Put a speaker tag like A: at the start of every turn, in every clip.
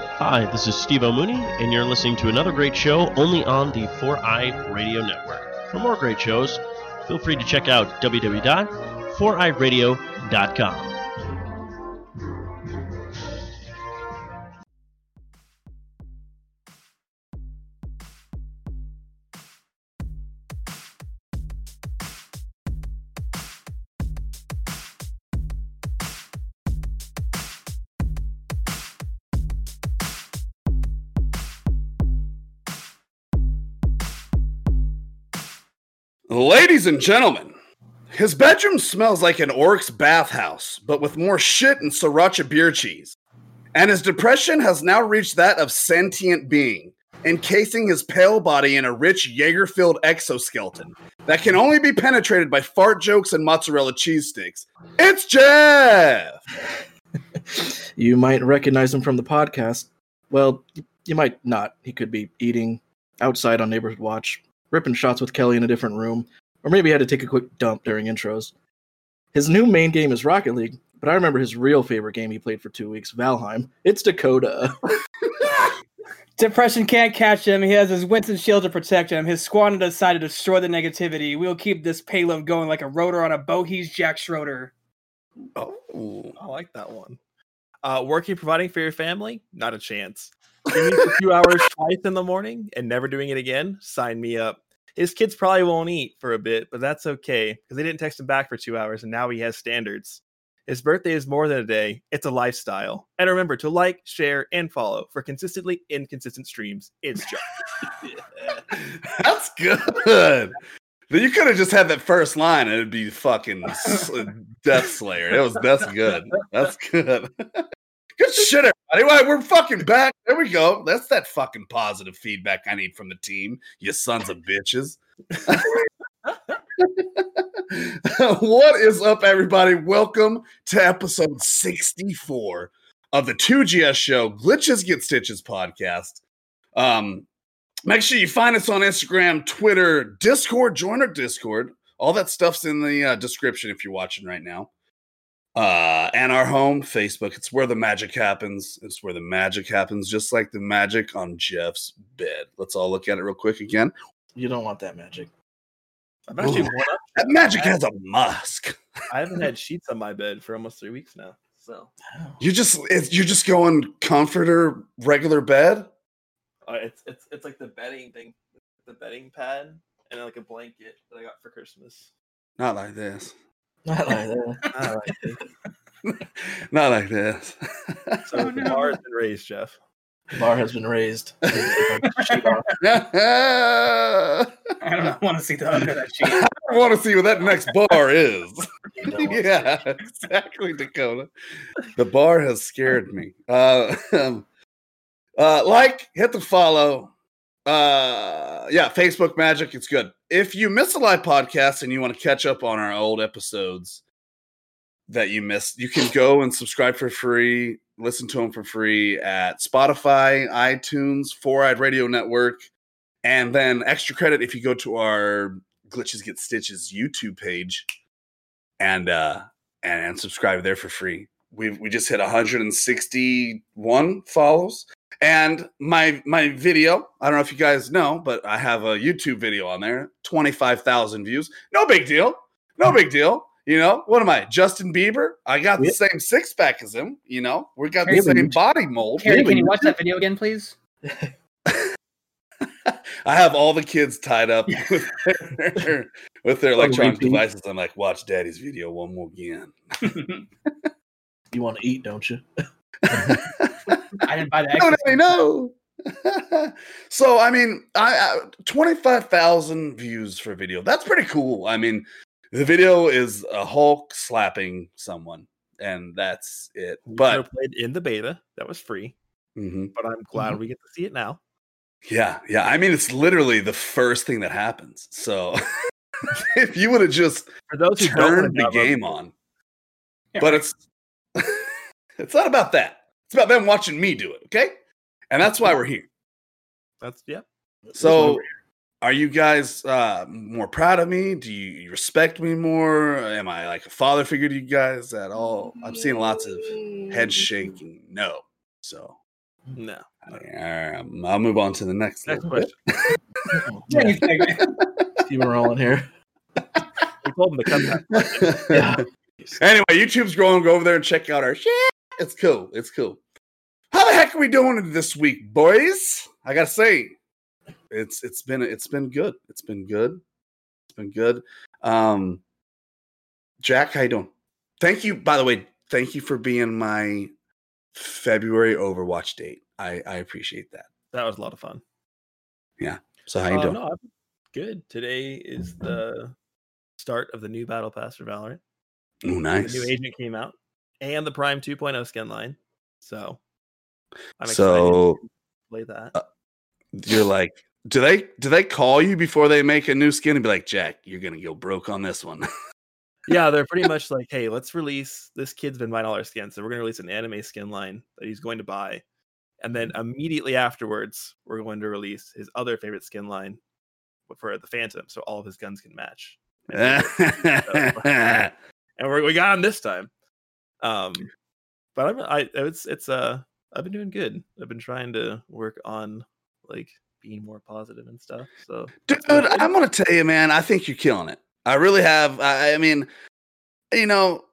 A: Hi, this is Steve O'Mooney, and you're listening to another great show only on the 4i Radio Network. For more great shows, feel free to check out www.4iradio.com.
B: Ladies and gentlemen, his bedroom smells like an orc's bathhouse, but with more shit and sriracha beer cheese. And his depression has now reached that of sentient being, encasing his pale body in a rich Jaeger filled exoskeleton that can only be penetrated by fart jokes and mozzarella cheese sticks. It's Jeff!
C: You might recognize him from the podcast. Well, y- you might not. He could be eating outside on Neighborhood Watch, ripping shots with Kelly in a different room, or maybe he had to take a quick dump during intros. His new main game is Rocket League, but I remember his real favorite game he played for two weeks, Valheim. It's Dakota.
D: Depression can't catch him. He has his Winston shield to protect him. His squad on the side to destroy the negativity. We'll keep this payload going like a rotor on a bow. He's Jack Schroeder.
B: Oh,
E: I like that one. Uh, working, providing for your family, not a chance. Doing
B: I
E: it a few hours twice in the morning and never doing it again, sign me up. His kids probably won't eat for a bit, but that's okay because they didn't text him back for two hours and now he has standards. His birthday is more than a day, it's a lifestyle. And remember to like, share, and follow for consistently inconsistent streams. It's just
B: That's good. Then you could have just had that first line and it'd be fucking s- Death Slayer. It was that's good. That's good. good shit, everybody. Why we're fucking back. There we go. That's that fucking positive feedback I need from the team. You sons of bitches. what is up, everybody? Welcome to episode 64 of the 2GS show, Glitches Get Stitches podcast. Um, Make sure you find us on Instagram, Twitter, Discord. Join our Discord. All that stuff's in the uh, description if you're watching right now. Uh, and our home, Facebook. It's where the magic happens. It's where the magic happens, just like the magic on Jeff's bed. Let's all look at it real quick again.
C: you don't want that magic.
E: I've actually
B: Ooh.
E: worn up.
B: That magic has a musk.
E: I haven't had sheets on my bed for almost three weeks now. So
B: You just it's, you're just going comforter, regular bed.
E: Uh, it's it's it's like the bedding thing, the bedding pad, and like a blanket that I got for Christmas.
B: Not like this.
C: Not like that.
B: Not like this.
E: So the bar has been raised, Jeff.
C: The bar has been raised.
D: I don't want to see the under that sheet.
B: I want to see what that next bar is. yeah, exactly, Dakota. The bar has scared me. Uh, um, uh, like, hit the follow. Uh, yeah, Facebook magic. It's good. If you miss a live podcast and you want to catch up on our old episodes that you missed, you can go and subscribe for free. Listen to them for free at Spotify, iTunes, Four Eyed Radio Network, and then extra credit if you go to our Glitches Get Stitches YouTube page and uh and, and subscribe there for free. We we just hit 161 follows. And my my video, I don't know if you guys know, but I have a YouTube video on there, 25,000 views. No big deal. No big deal. You know, what am I? Justin Bieber? I got the
C: Yep.
B: same six pack as him, you know. We got the
C: Yeah, but
B: same
C: you-
B: body mold.
D: Carrie, can you watch that video again, please?
B: I have all the kids tied up with their, with their electronic
C: repeat.
B: devices. I'm like, watch daddy's video one more again.
C: You want to eat, don't you?
D: I didn't buy the
B: No,
D: extra.
B: daddy, no. so I mean, I, I twenty five thousand views for video. That's pretty cool. I mean, the video is a Hulk slapping someone, and that's it.
E: But
B: But
E: played in the beta. That was free,
B: Mhm.
E: but I'm glad we get to see it now.
B: Yeah, yeah. I mean, it's literally the first thing that happens. So if you would have just
E: For those who
B: turned
E: don't
B: the
E: know,
B: game on,
D: Yeah,
B: but it's it's not about that. It's about them watching me do it. Okay, and that's why we're here.
E: That's yeah.
B: So, are you guys uh, more proud of me? Do you you respect me more? Am I like a father figure Oh, to you guys at all? I'm seeing lots of head shaking. No. So
E: No.
B: All right, I'm- I'll move on to the next.
E: Next
B: little bit.
E: question.
C: Oh,
D: Yeah,
C: man,
D: you take it.
C: keep it rolling here.
E: We told him to cut that.
C: Yeah.
B: Anyway, YouTube's growing. Go over there and check out our shit. It's cool. It's cool. How the heck are we doing it this week, boys? I gotta say, it's it's been it's been good. It's been good. It's been good. Um, Jack, how you doing? Thank you. By the way, thank you for being my February Overwatch date. I I appreciate that.
E: That was a lot of fun.
B: So how you
E: Uh,
B: doing?
E: no, I'm good. Today is the start of the new Battle Pass for Valorant.
B: Oh, nice.
E: The new agent came out and the Prime 2.0 skin line. So I'm excited
B: So-
E: to play that.
B: you're like do they do they call you before they make a new skin and be like jack you're gonna go broke on this one
E: yeah, they're pretty much like, hey, let's release this kid's been buying all our skins, so we're gonna release an anime skin line that he's going to buy, and then
B: Mm-hmm.
E: immediately afterwards, we're going to release his other favorite skin line for the Phantom, so all of his guns can match. And, and we're, we got him this time. Um, but I'm, I it's it's uh I've been doing good. I've been trying to work on like being more positive and stuff. So
B: dude i'm gonna tell you man i think you're killing it i really have i, I mean you know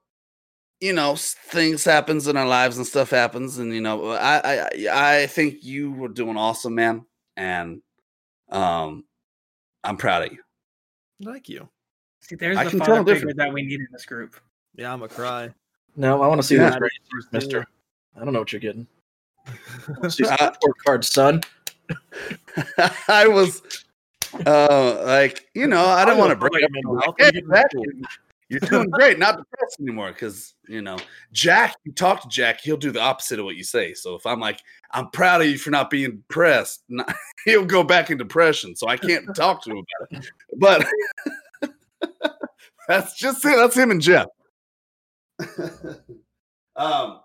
B: you know s- things happens in our lives and stuff happens and you know i i i I think you were doing awesome man and um i'm proud of you
E: thank you.
D: See, there's
B: I
D: the
B: can tell
D: father figure
B: different.
D: that we need in this group.
E: Yeah, I'm a cry.
C: Now I want to see
B: Yeah.
C: this rating first, Mister. I don't know what you're getting. Let's see some
B: Uh,
C: report card, son.
B: i was uh like you know i don't want to break
E: up your mouth.
B: Yeah,
E: and get in
B: that-
E: school.
B: You're doing great, not depressed anymore. Because you know, Jack, you talk to Jack, he'll do the opposite of what you say. So if I'm like, I'm proud of you for not being depressed, n- he'll go back in depression. So I can't talk to him about it. But that's just it. That's him and Jeff. um,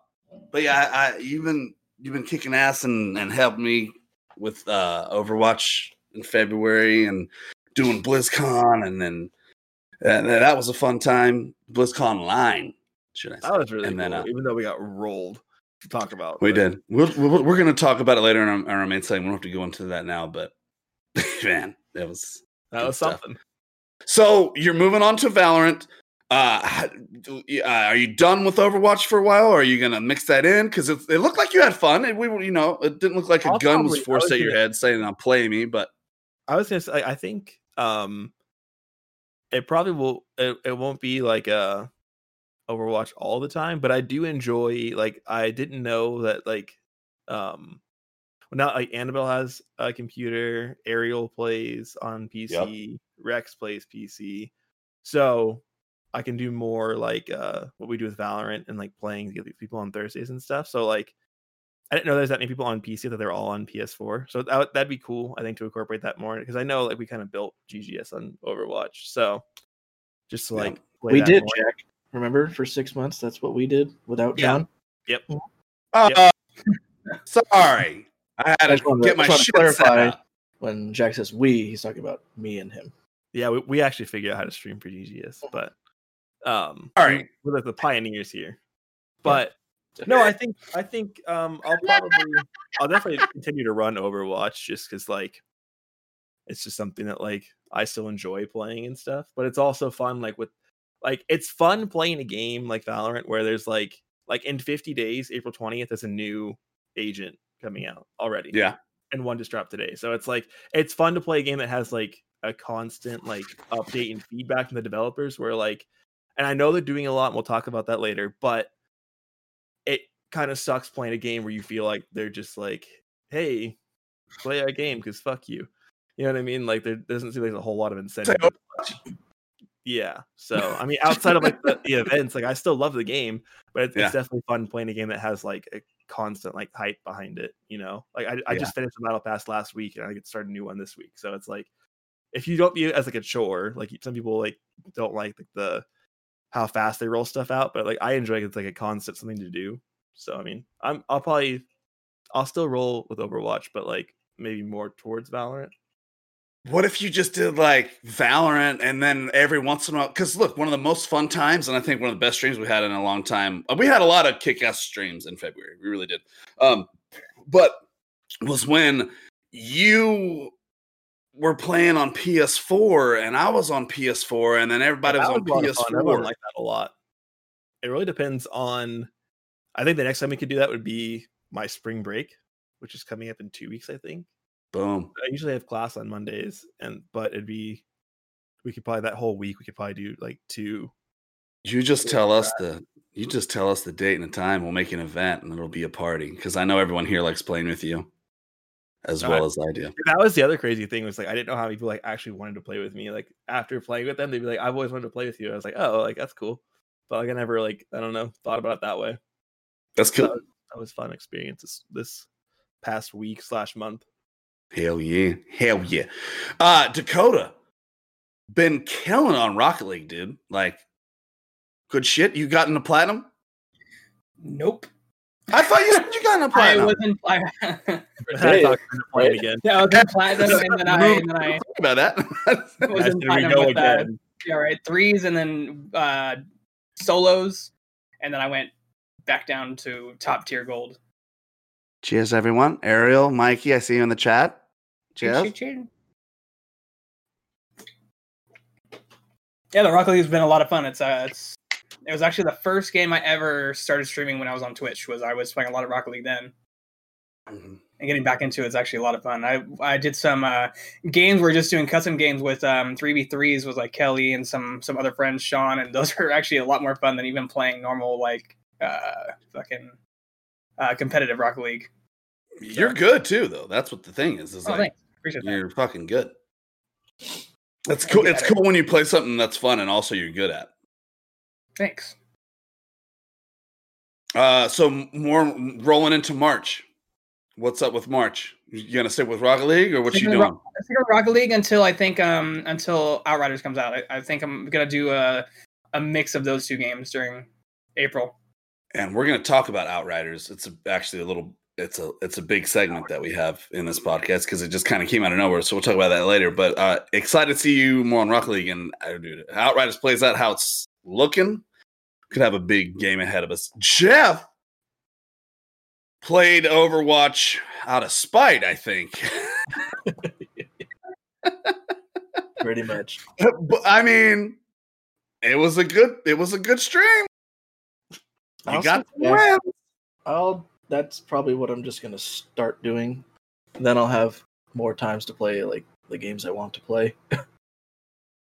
B: but yeah, I, I you've been you've been kicking ass and and helped me with uh Overwatch in February and doing BlizzCon and then and that, that was a fun time. BlizzCon line, should I say?
E: That was really
B: And
E: cool,
B: then, uh,
E: even though we got rolled to talk about.
B: We
E: but
B: did. We'll, we'll, we're going to talk about it later in our, in our main segment. We don't have to go into that now, but man, that was
E: That was
B: Good stuff.
E: something.
B: so. You're moving on to Valorant. Uh, h- uh, are you done with Overwatch for a while? Or are you going to mix that in? Because it, it looked like you had fun. It, we, were- you know, it didn't look like a
E: I'll
B: gun
E: probably-
B: was
E: I
B: forced
E: was
B: at your
E: gonna-
B: head saying, "Now play me." But
E: I was gonna say, I think um, it probably will. It, it won't be like uh Overwatch all the time, but I do enjoy. Like, I didn't know that. Like, um, well, now like Annabelle has a computer. Ariel plays on PC. Rex plays PC. So I can do more like uh what we do with Valorant and like playing together with people on Thursdays and stuff. So like I didn't know there's that many people on PC that they're all on PS4. So that would- that'd be cool, I think, to incorporate that more because I know like we kind of built GGS on Overwatch. So just to,
B: Yeah.
E: like play
C: We
E: that
C: did,
E: more.
C: Jack. Remember, for six months, that's what we did without
E: Yeah.
C: John.
B: uh, sorry, I had
C: I
B: to
C: just wanted to-
B: get my
C: just wanted to
B: shit
C: clarify.
B: set up.
C: When Jack says we, he's talking about me and him.
E: Yeah, we, we actually figured out how to stream for GGS, but um
B: Oh. All right.
E: we're like the pioneers here. But no, I think I think um I'll probably I'll definitely continue to run Overwatch just because like it's just something that like I still enjoy playing and stuff. But it's also fun like with like it's fun playing a game like Valorant where there's like like in 50 days, April 20th, there's a new agent coming out already
B: Yeah,
E: and one just dropped today. So it's like it's fun to play a game that has like a constant like update and feedback from the developers where like and I know they're doing a lot and we'll talk about that later, but it kind of sucks playing a game where you feel like they're just like, hey, play our game because fuck you. You know what I mean? Like there doesn't seem like there's a whole lot of incentive.
B: "Oh,
E: Yeah. So I mean outside of like the, the events, like I still love the game, but it's,
B: Yeah.
E: it's definitely fun playing a game that has like a constant like hype behind it. You know, like I, I
B: Yeah.
E: just finished the battle pass last week, and I get started a new one this week. So it's like if you don't view it as like a chore, like some people like don't like like, the how fast they roll stuff out, but like I enjoy it. It's like a constant something to do. So I mean, I'm I'll probably I'll still roll with Overwatch, but like maybe more towards Valorant.
B: What if you just did like Valorant and then every once in a while? Because look, one of the most fun times, and I think one of the best streams we had in a long time. uh, We had a lot of kick ass streams in February. We really did. Um, but was when you were playing on PS4 and I was on PS4 and then everybody was
E: That
B: on
E: a lot of fun.
B: PS4.
E: Everyone liked that a lot. It really depends on. I think the next time we could do that would be my spring break, which is coming up in two weeks. I think
B: Boom.
E: I usually have class on Mondays, and but it'd be we could probably that whole week we could probably do like two.
B: You just tell us the you just tell us the date and the time. We'll make an event and it'll be a party because I know everyone here likes playing with you as
E: No, I-
B: well as I do.
E: That was the other crazy thing was like I didn't know how many people like actually wanted to play with me. Like after playing with them, they'd be like, "I've always wanted to play with you." I was like, "Oh, like that's cool," but like I never like I don't know thought about it that way.
B: That's cool.
E: That was a fun experience this, this past week slash month.
B: Hell yeah. Hell yeah. Uh Dakota. Been killing on Rocket League, dude. Like good shit. You got into platinum?
D: Nope.
B: I thought you said you got into
D: I
B: platinum.
D: wasn't. I,
E: Hey,
C: Hey.
E: playing again.
D: Yeah, I was in platinum, and then I, and then I
B: about that.
D: was in
E: There we
D: platinum
E: go
D: with uh,
E: again.
D: yeah, right, threes, and then uh, solos, and then I went back down to top tier gold.
B: Cheers, everyone. Ariel, Mikey, I see you in the chat. Cheers.
D: Yeah, the Rocket League has been a lot of fun. It's uh, it's it was actually the first game I ever started streaming when I was on Twitch. Was I was playing a lot of Rocket League then,
B: Mm-hmm.
D: and getting back into it is actually a lot of fun. I I did some uh, games. We're just doing custom games with um three v threes with like Kelly and some some other friends, Sean, and those are actually a lot more fun than even playing normal like uh fucking uh competitive Rocket League.
B: You're good too, though. That's what the thing is. Is
D: Oh,
B: like
D: thanks, appreciate that.
B: you're fucking good. That's
D: I'll
B: cool.
D: get
B: It's
D: at it.
B: cool when you play something that's fun and also you're good at.
D: Thanks.
B: Uh, so more rolling into March. What's up with March? You gonna stick with Rocket League or what you
D: Sticking
B: doing?
D: with I think I'm Rocket League until I think um until Outriders comes out. I, I think I'm gonna do a a mix of those two games during April.
B: and we're going to talk about outriders it's a, actually a little it's a it's a big segment that we have in this podcast because it just kind of came out of nowhere so we'll talk about that later but uh excited to see you more on rock league and uh, dude, outriders plays out how it's looking could have a big game ahead of us jeff played overwatch out of spite i think
C: Pretty much.
B: but, i mean it was a good it was a good stream you
C: I'll
B: got
C: say
B: the
C: yes.
B: win.
C: I'll. That's probably what I'm just gonna start doing. Then I'll have more times to play like the games I want to play. versus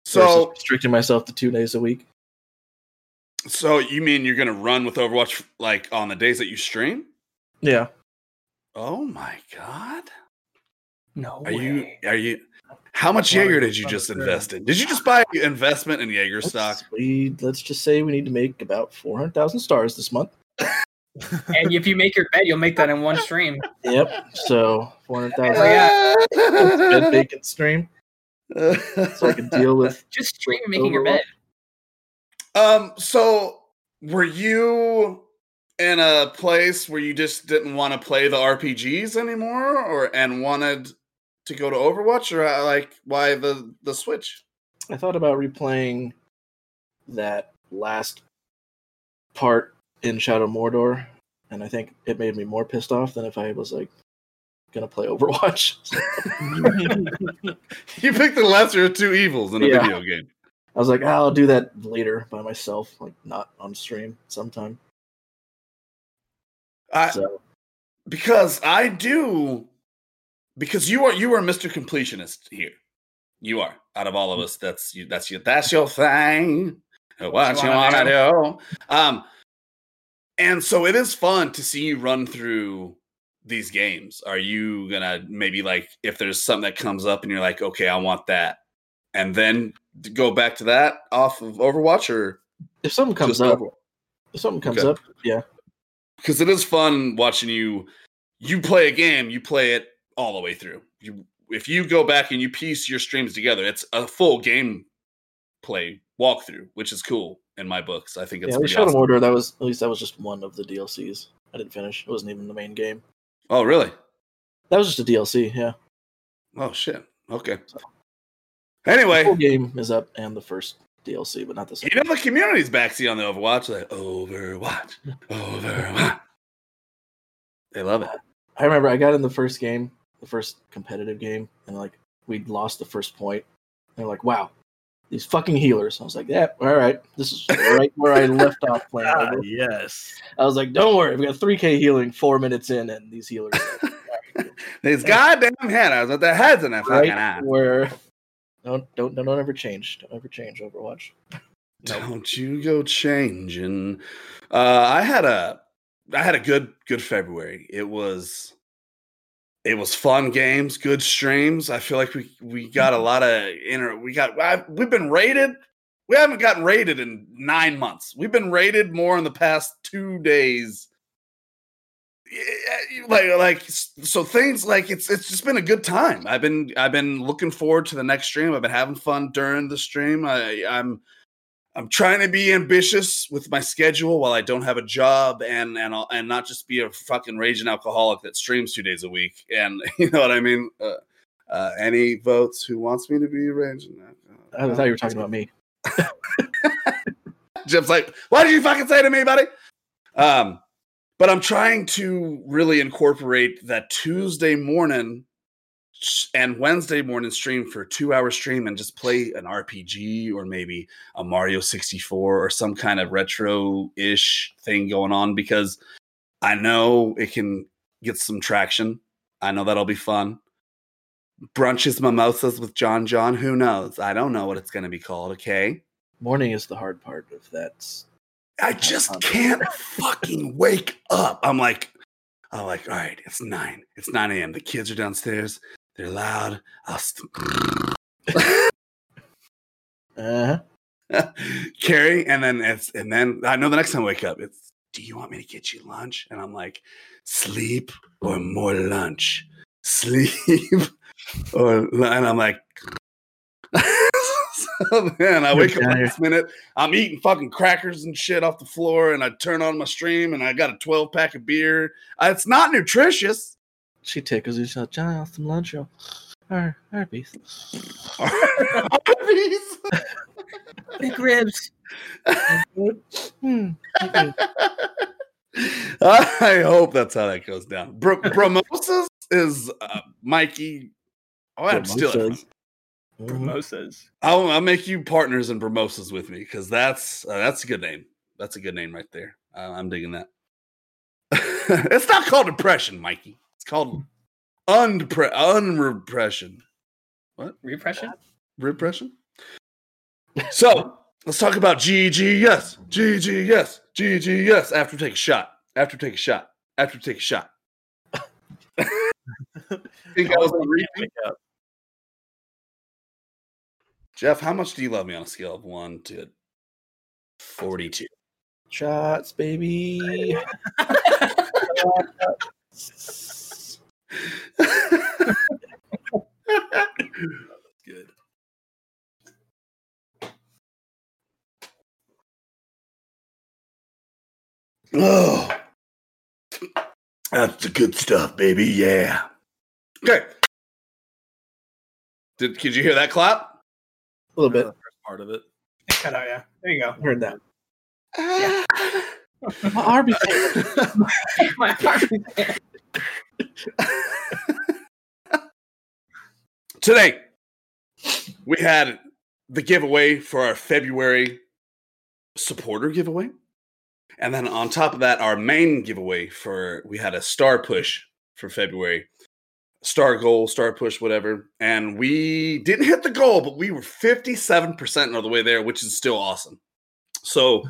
B: so
C: restricting myself to two days a week.
B: so you mean you're gonna run with overwatch like on the days that you stream
C: Yeah.
B: Oh my god.
D: No
B: Are you
D: way.
B: are you how much
C: Why-
B: Jaeger did you
C: why
B: just
C: not?
B: invest in? Did you just buy investment in Jaeger stock?
C: Let's- We let's just say we need to make about four hundred thousand stars this month.
D: and if you make your bet, you'll make that in one stream.
C: Yep. So four hundred
D: Oh,
C: thousand.
D: yeah.
C: Bed bacon stream, so I can deal with.
D: Just stream making your bet.
B: um so were you in a place where you just didn't want to play the RPGs anymore or and wanted to go to Overwatch or uh, like why the the switch?
C: I thought about replaying that last part in Shadow Mordor, and I think it made me more pissed off than if I was like gonna play Overwatch.
B: You picked the lesser of two evils in a
C: Yeah.
B: video game.
C: I was like, "Ah, I'll do that later by myself, like not on stream sometime.
B: I,
C: so
B: because I do because you are you are Mr. Completionist here. You are out of all of us. That's you. That's you. That's your thing. What you want to do? Um, and so it is fun to see you run through these games. Are you gonna maybe like if there's something that comes up and you're like, okay, I want that, and then d- go back to that off of Overwatch or
C: if something comes
B: just
C: up,
B: Overwatch?
C: if something comes
B: Okay.
C: up, yeah,
B: because it is fun watching you you play a game you play it all the way through you if you go back and you piece your streams together it's a full game play walkthrough which is cool in my books i think it's
C: yeah. Like
B: pretty
C: Shadow
B: awesome.
C: Mordor, that was at least that was just one of the DLCs. I didn't finish. It wasn't even the main game.
B: oh really
C: That was just a DLC. Yeah,
B: oh shit okay
C: So- the
B: anyway
C: whole game is up and the first DLC, but not the
B: you
C: second.
B: know the community's backseat on the overwatch like overwatch overwatch they love it
C: I remember I got in the first game, the first competitive game, and like we'd lost the first point. They're like, "Wow, these fucking healers." I was like, "Yeah, all right, this is right where I left off playing."
E: Ah, yes.
C: I was like, "Don't worry, we got 3K healing four minutes in, and these healers
B: These goddamn headers with their heads in their fucking
C: right
B: eye.
C: where don't don't don't ever change, don't ever change Overwatch."
B: Don't you go changing. Uh, I had a I had a good good February. It was it was fun games, good streams. I feel like we we got a lot of inner. We got I, we've been rated. We haven't gotten rated in nine months. We've been rated more in the past two days. Yeah, Like like so things like it's it's just been a good time. I've been I've been looking forward to the next stream. I've been having fun during the stream. I I'm I'm trying to be ambitious with my schedule while I don't have a job and and I'll- and not just be a fucking raging alcoholic that streams two days a week. And you know what I mean? Uh, uh, any votes who wants me to be a raging?
C: I thought you were talking about me.
B: Jeff's like, "What did you fucking say to me, buddy?" Um, but I'm trying to really incorporate that Tuesday morning s- and Wednesday morning stream for a two hour stream and just play an RPG or maybe a Mario 64 or some kind of retro ish thing going on because I know it can get some traction. I know that'll be fun. Brunches mimosas with John John. Who knows? I don't know what it's going to be called. Okay.
C: Morning is the hard part of that.
B: I just can't fucking wake up. I'm like, I'm like, all right, it's nine. It's nine a.m. The kids are downstairs. They're loud. I'll st-
C: Uh-huh.
B: Carrie, and then it's and then I know the next time I wake up, it's. Do you want me to get you lunch? And I'm like, sleep or more lunch, sleep or lu-" and I'm like. so then I wake up
C: Okay.
B: last minute. I'm eating fucking crackers and shit off the floor, and I turn on my stream, and I got a 12 pack of beer. Uh, It's not nutritious.
C: She tickles you. She's like, Johnny, I'll have some lunch. You'll- Ar- Arby's.
B: Arby's.
D: Big ribs.
C: Hmm. okay.
B: I hope that's how that goes down. Bro- Bromosas is uh, Mikey. Oh, I'm still.
C: Mimosas.
E: Mm-hmm.
D: Mimosas.
B: I'll, I'll make you partners in Bromosas with me because that's uh, that's a good name. That's a good name right there. Uh, I'm digging that. it's not called depression, Mikey. It's called unpre- unrepression.
D: Repression?
B: Repression. So let's talk about GG. Yes, GG. Yes, GG. Yes. After we take a shot. After we take a shot. After we take a shot. Think I was on repeat?
E: Wake up.
B: Jeff, how much do you love me on a scale of one to forty-two?
C: Shots, baby.
B: Good. Oh, that's the good stuff, baby. Yeah. Okay. Did could you hear that clap?
C: A little bit.
E: Part of it.
D: Cut out, yeah. There you go.
C: Heard that.
B: Ah.
C: My Arby's.
D: My heart.
B: Today, we had the giveaway for our February supporter giveaway. And then on top of that, our main giveaway for we had a star push for February. Star goal, star push, whatever. And we didn't hit the goal, but we were 57% of the way there, which is still awesome. So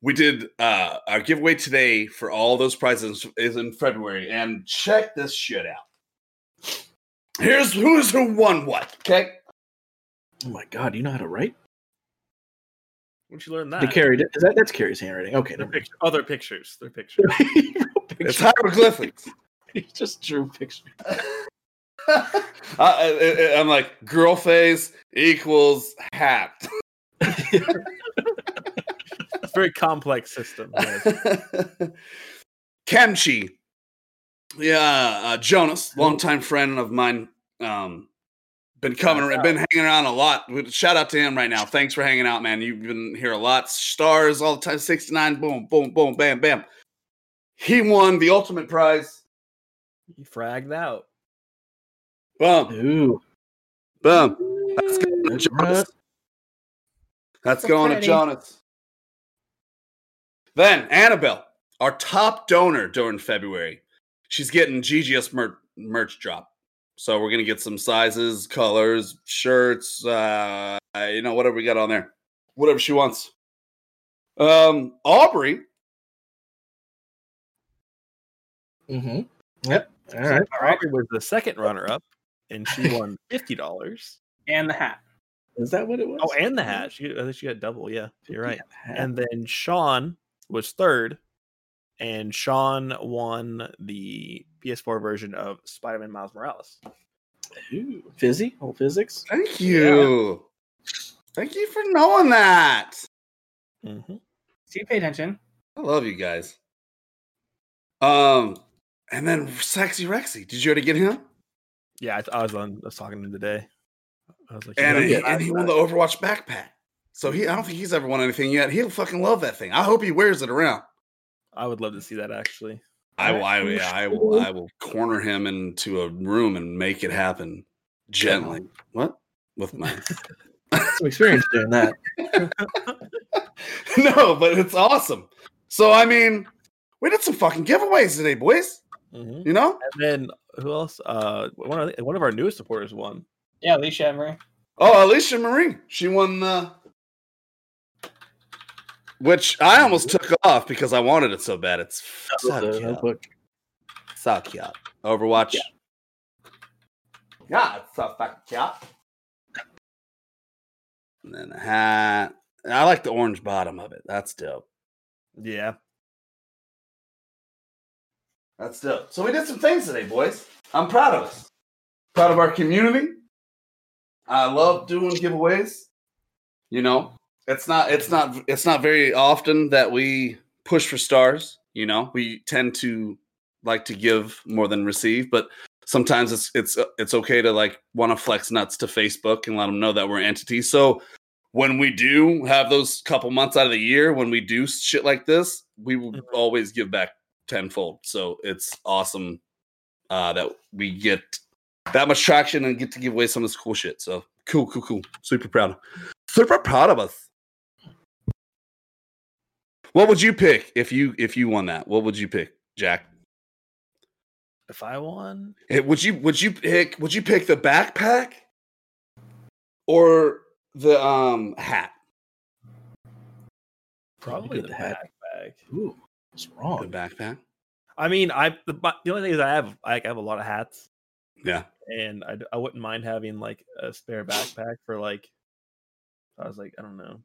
B: we did uh, our giveaway today for all those prizes is in February. And check this shit out. Here's who's who won what. Okay.
C: Oh my god, you know how to write?
E: Where'd you learn that?
C: The Carrie, is that, that's Carrie's handwriting. Okay,
E: They're
C: never mind.
E: picture- oh, they're pictures. They're pictures.
C: He drew
B: It's
C: pictures.
B: hieroglyphics.
C: He just drew pictures.
E: Uh,
B: I, I, am like girl face equals hat.
E: It's a very complex system. yes.
B: Kemchi. Yeah, uh, Jonas, longtime friend of mine. Um, been coming,
E: Shout
B: ar-
E: out.
B: been hanging around a lot. We- Shout out to him right now. Thanks for hanging out, man. You've been here a lot. Stars all the time. Sixty nine. Boom, boom, boom, bam, bam. He won the ultimate prize.
E: He fragged out.
B: Boom.
C: Ooh.
B: Boom. That's going to
C: That's
B: Jonas.
C: right.
B: That's
D: So
B: going to
D: pretty.
B: Jonas. Then Annabelle, our top donor during February. She's getting GGS mer- merch drop. So we're going to get some sizes, colors, shirts, uh, you know, whatever we got on there. Whatever she wants. Um, Aubrey,
C: Mm-hmm. Yep. All right.
D: All right,
E: Aubrey was the second runner up, and she won fifty dollars.
D: and the hat.
C: Is that what it was?
E: Oh, and the hat. She, I think she got double. Yeah, you're right.
C: And
E: And then Sean was third, and Sean won the PS4 version of Spider-Man Miles Morales.
C: Ooh. Fizzy? Whole physics?
B: thank you. Thank you for knowing that.
E: Mm-hmm.
D: So you pay attention.
B: I love you guys. Um, and then Sexy Rexy. Did you already get him?
E: Yeah, I, th- I was on. I was talking to him today. I was like,
B: And,
E: "You
B: he,
E: gotta get
B: and he won the Overwatch backpack. So he, I don't think he's ever won anything yet. He'll fucking love that thing. I hope he wears it around.
E: I would love to see that actually.
B: I will, I, will- yeah, I will, I will corner him into a room and make it happen gently. What? With my
C: Some experience doing that.
B: no, but it's awesome. So I mean, we did some fucking giveaways today, boys.
E: Mhm.
B: You know?
E: And then who else? Uh, one of the- one of our newest supporters won.
D: Yeah, Alicia Emery.
B: Oh, Alicia Marie. She won the. Which I almost took off because I wanted it so bad. It's
C: With the
B: suck you up.
C: notebook.
B: Suck you up. Overwatch. Yeah, it's so fucking cute. And then a hat. And I like the orange bottom of it. That's dope.
E: Yeah,
B: That's dope. So we did some things today, boys. I'm proud of us. Proud of our community. I love doing giveaways. You know, it's not it's not it's not very often that we push for stars, you know. We tend to like to give more than receive, but sometimes it's it's it's okay to like want to flex nuts to Facebook and let them know that we're entities. So when we do have those couple months out of the year when we do shit like this, we will
E: Mhm.
B: always give back tenfold. So it's awesome uh, that we get that much traction and get to give away some of this cool shit. So cool, cool, cool. Super proud. Super proud of us. What would you pick if you if you won that? What would you pick, Jack?
E: if I won,
B: Eh, Would you would you pick would you pick the backpack or the um hat?
E: probably
C: get
E: the
C: the hat.
E: backpack.
C: Ooh. What's
B: The
C: wrong?
B: backpack.
E: I mean, I the, but the only thing is I have I have a lot of hats,
B: Yeah.
E: and I, d- I wouldn't mind having like a spare backpack for like. I was like, I don't know.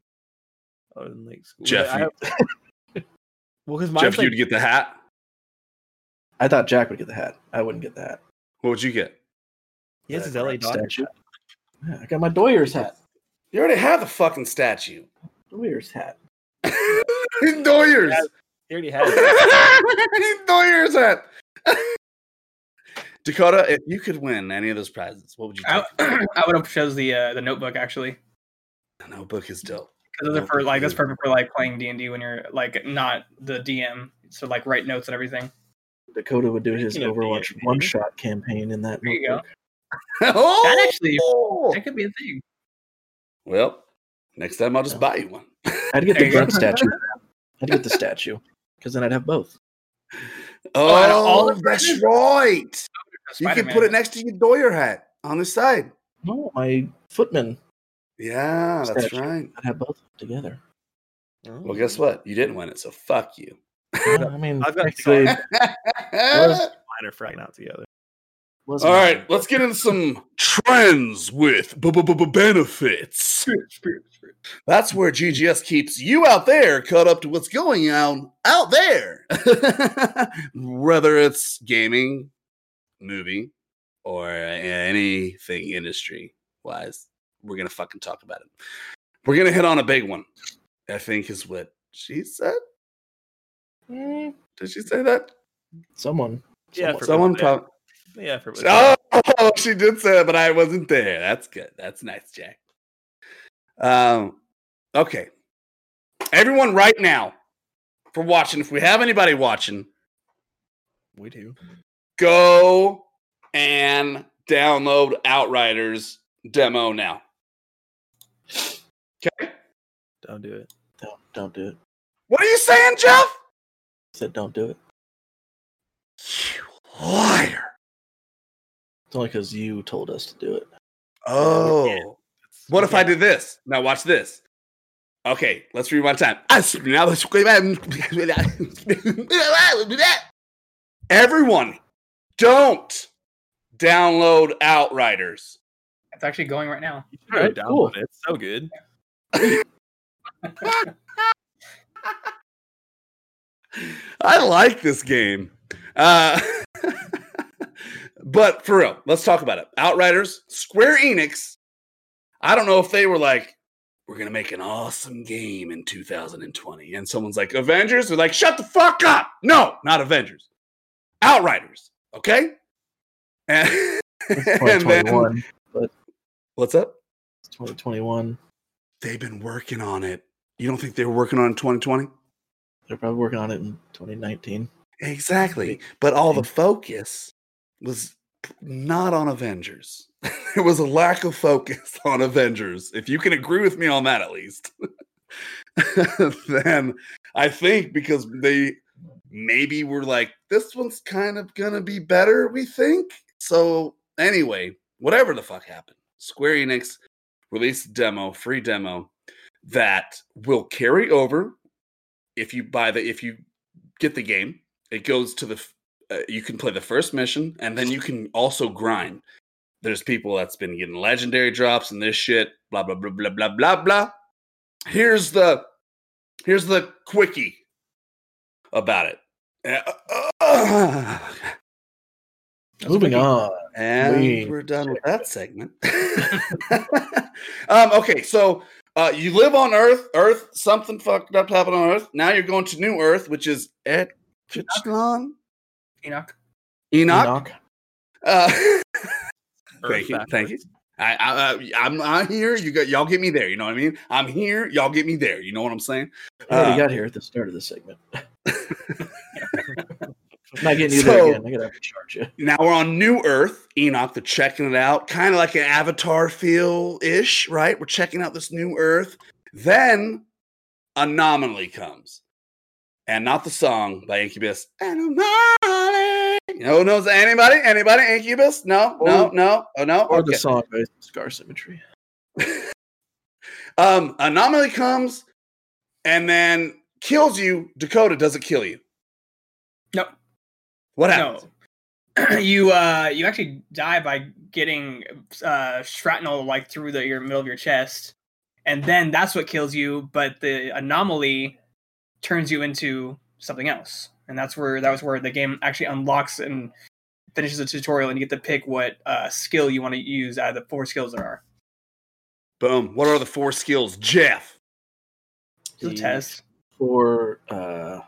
E: Other than like school,
B: Jeff,
E: I
B: you-
E: have- well, because mine's
B: Jeff,
E: like,
B: you'd get the hat.
C: I thought Jack would get the hat. I wouldn't get the hat.
B: What would you get?
E: he has his
C: That
E: LA
C: crap
E: Dodgers.
C: statue. Yeah, I got my Doyers hat.
B: You already have the fucking statue.
C: Doyers hat.
B: Doyers.
E: He already has. it.
B: Doyers hat. Dakota, if you could win any of those prizes, what would you
D: I,
B: take?
D: I would have chose the uh, the notebook actually
B: The notebook is dope.
D: because those are for like that's perfect for like playing D and D when you're like not the DM, so like write notes and everything.
C: Dakota would do his
E: Speaking of
C: Overwatch
E: D&D.
C: one shot campaign in that.
D: There you go.
C: notebook.
D: That
B: oh!
D: actually that could be a thing.
B: Well, next time I'll just buy you one.
C: I'd get
D: There
C: the
D: you go.
C: grunt statue. I'd get the statue because then I'd have both.
B: Oh,
D: out of all the
B: that's
D: prizes?
B: right. You
D: Spider-Man.
B: could put it next to your Doyer hat on the side.
C: No, my footman.
B: Yeah, that's
C: Statue.
B: right.
C: I'd have both together.
B: Well, guess what? You didn't win it, so fuck you.
C: Yeah, I mean,
E: I've got
C: actually,
E: mine
B: All
E: are fragging out together.
C: wasn't
B: right, let's get into some trends with b- b- b- benefits. That's where GGS keeps you out there caught up to what's going on out there. Whether it's gaming, movie, or uh, anything industry wise, we're going to fucking talk about it. We're going to hit on a big one, I think is what she said.
C: Mm,
B: Did she say that?
C: someone.
E: Yeah,
C: Someone-
E: for
B: Someone
E: Blizzard.
B: probably.
E: Yeah, for Blizzard.
B: Oh, she did say it, but I wasn't there. That's good. That's nice, Jack. Um, okay. Everyone, right now, for watching, if we have anybody watching,
E: we do.
B: go and download Outriders demo now. Okay.
E: Don't do it.
C: Don't don't do it.
B: What are you saying, Jeff?
C: I said don't do it.
B: You liar.
C: It's only because you told us to do it.
B: Oh. What if I did this? Now watch this. Okay, let's rewind time. I now let's go back and- Everyone, don't download Outriders.
D: It's actually going right now.
E: You should go
C: Alright, cool.
E: download it. It's so good.
B: I like this game. Uh, but for real, let's talk about it. Outriders, Square Enix. I don't know if they were like, we're going to make an awesome game in 2020. And someone's like, Avengers? They're like, shut the fuck up. No, not Avengers. Outriders. Okay. And, and then,
C: 2021.
B: what's up?
C: It's 2021.
B: They've been working on it. You don't think they were working on it in 2020?
C: They're probably working on it in 2019.
B: Exactly. But all the focus was p- not on Avengers. there was a lack of focus on Avengers. If you can agree with me on that, at least, then I think because they maybe were like, this one's kind of going to be better, we think. So, anyway, whatever the fuck happened, Square Enix released a demo, free demo that will carry over if you buy the, if you get the game. It goes to the. f- Uh, you can play the first mission, and then you can also grind. There's people that's been getting legendary drops and this shit. Blah blah blah blah blah blah blah. Here's the, here's the quickie about it. Uh,
C: Moving on.
B: and
C: Wait.
B: we're done with that segment. um, okay, so uh, you live on Earth. Earth, something fucked up happened on Earth. Now you're going to New Earth, which is at Enoch.
D: Enoch.
B: Enoch.
C: Enoch.
B: Uh,
E: Earth
B: thank you. Thank you.
E: backwards.
B: I, I, I, I'm, I'm here. You got y'all get me there. You know what I mean? I'm here. Y'all get me there. You know what I'm saying?
C: I already
B: Uh,
C: got here at the start of the segment. Not getting you
B: So-
C: there again. I gotta have to charge you.
B: Now we're on New Earth. Enoch, they're checking it out, kind of like an Avatar feel ish, right? We're checking out this New Earth. Then Anomaly comes, and not the song by Incubus. Anomaly. No, no, is anybody? Anybody? Incubus? No, no, no, oh no.
C: Or the
B: Okay.
C: song by Scar Symmetry.
B: Um, anomaly comes and then kills you. Dakota doesn't kill you.
D: No.
B: What happens?
D: No. you uh you actually die by getting uh shrapnel like through the your middle of your chest. And then that's what kills you, but the anomaly turns you into something else. And that's where that was where the game actually unlocks and finishes the tutorial and you get to pick what uh skill you want to use out of the four skills there are.
B: Boom. What are the four skills, Jeff?
D: The
C: The-
D: test.
C: For, uh,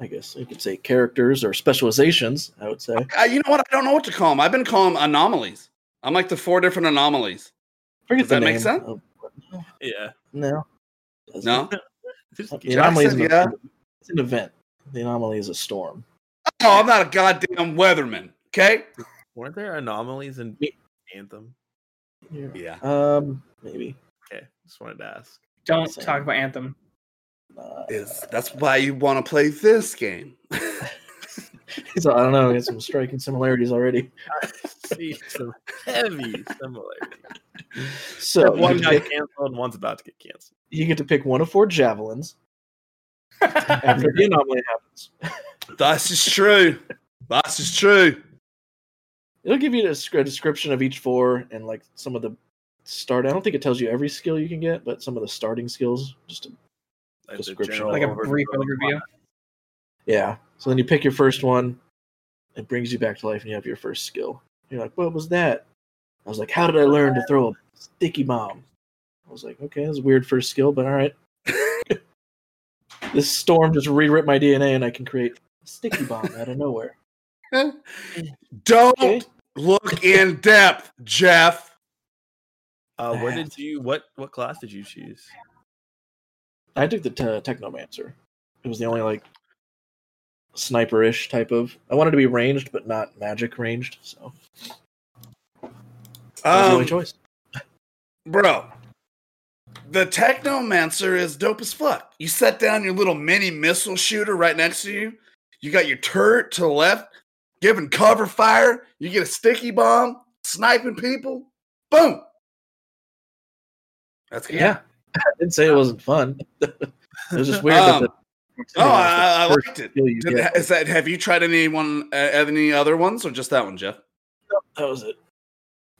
C: I guess you could say characters or specializations, I would say.
B: Uh, you know what? I don't know what to call them. I've been calling them anomalies. I'm like the four different anomalies.
C: Forget
B: Does that make sense?
C: of- no.
E: Yeah.
C: no. Doesn't.
B: No.
E: Just-
C: The anomaly is
B: Jackson,
C: an,
B: yeah.
C: it's an event. The anomaly is a storm.
B: No, Oh, I'm not a goddamn weatherman. Okay.
E: Weren't there anomalies in
C: Me-
E: Anthem?
C: Yeah.
B: Yeah.
C: Um, maybe.
E: Okay, just wanted to ask.
D: Don't
C: Same.
D: talk about Anthem.
C: Uh,
B: Is that's why you want to play this game?
C: so I don't know. I got some striking similarities already.
E: See some heavy similarity.
C: So you, get
E: One
C: to
E: got
C: pick,
E: canceled, one's about to get canceled.
C: you get to pick one of four javelins after the anomaly happens.
B: That's is true. That's is true.
C: It'll give you a, sc- a description of each four and like some of the start. I don't think it tells you every skill you can get, but some of the starting skills. Just to,
E: Like, the
C: Description.
E: general
D: like a
E: overview
D: brief
E: of the
D: overview.
C: yeah. So then you pick your first one. It brings you back to life, and you have your first skill. You're like, what was that? I was like, how did I learn to throw a sticky bomb? I was like, okay, that's a weird first skill, but all right. this storm just rewrit my DNA, and I can create a sticky bomb out of nowhere.
B: Don't
C: Okay.
B: look in depth, Jeff.
E: Uh, what did
C: Math.
E: you? What what class did you choose?
C: I took the te- Technomancer. It was the only like sniper-ish type of. I wanted to be ranged, but not magic ranged. So that was the
B: Um,
C: only choice.
B: bro, the Technomancer is dope as fuck. You set down your little mini missile shooter right next to you. You got your turret to the left, giving cover fire. You get a sticky bomb, sniping people. Boom. That's good.
C: Yeah. I didn't say it wasn't fun. it was just weird.
B: Um,
C: that the,
B: Oh, I, I liked it.
C: skill you
B: Did,
C: get.
B: ha- is that have you tried anyone uh, any other ones or just that one, Jeff?
C: that was it.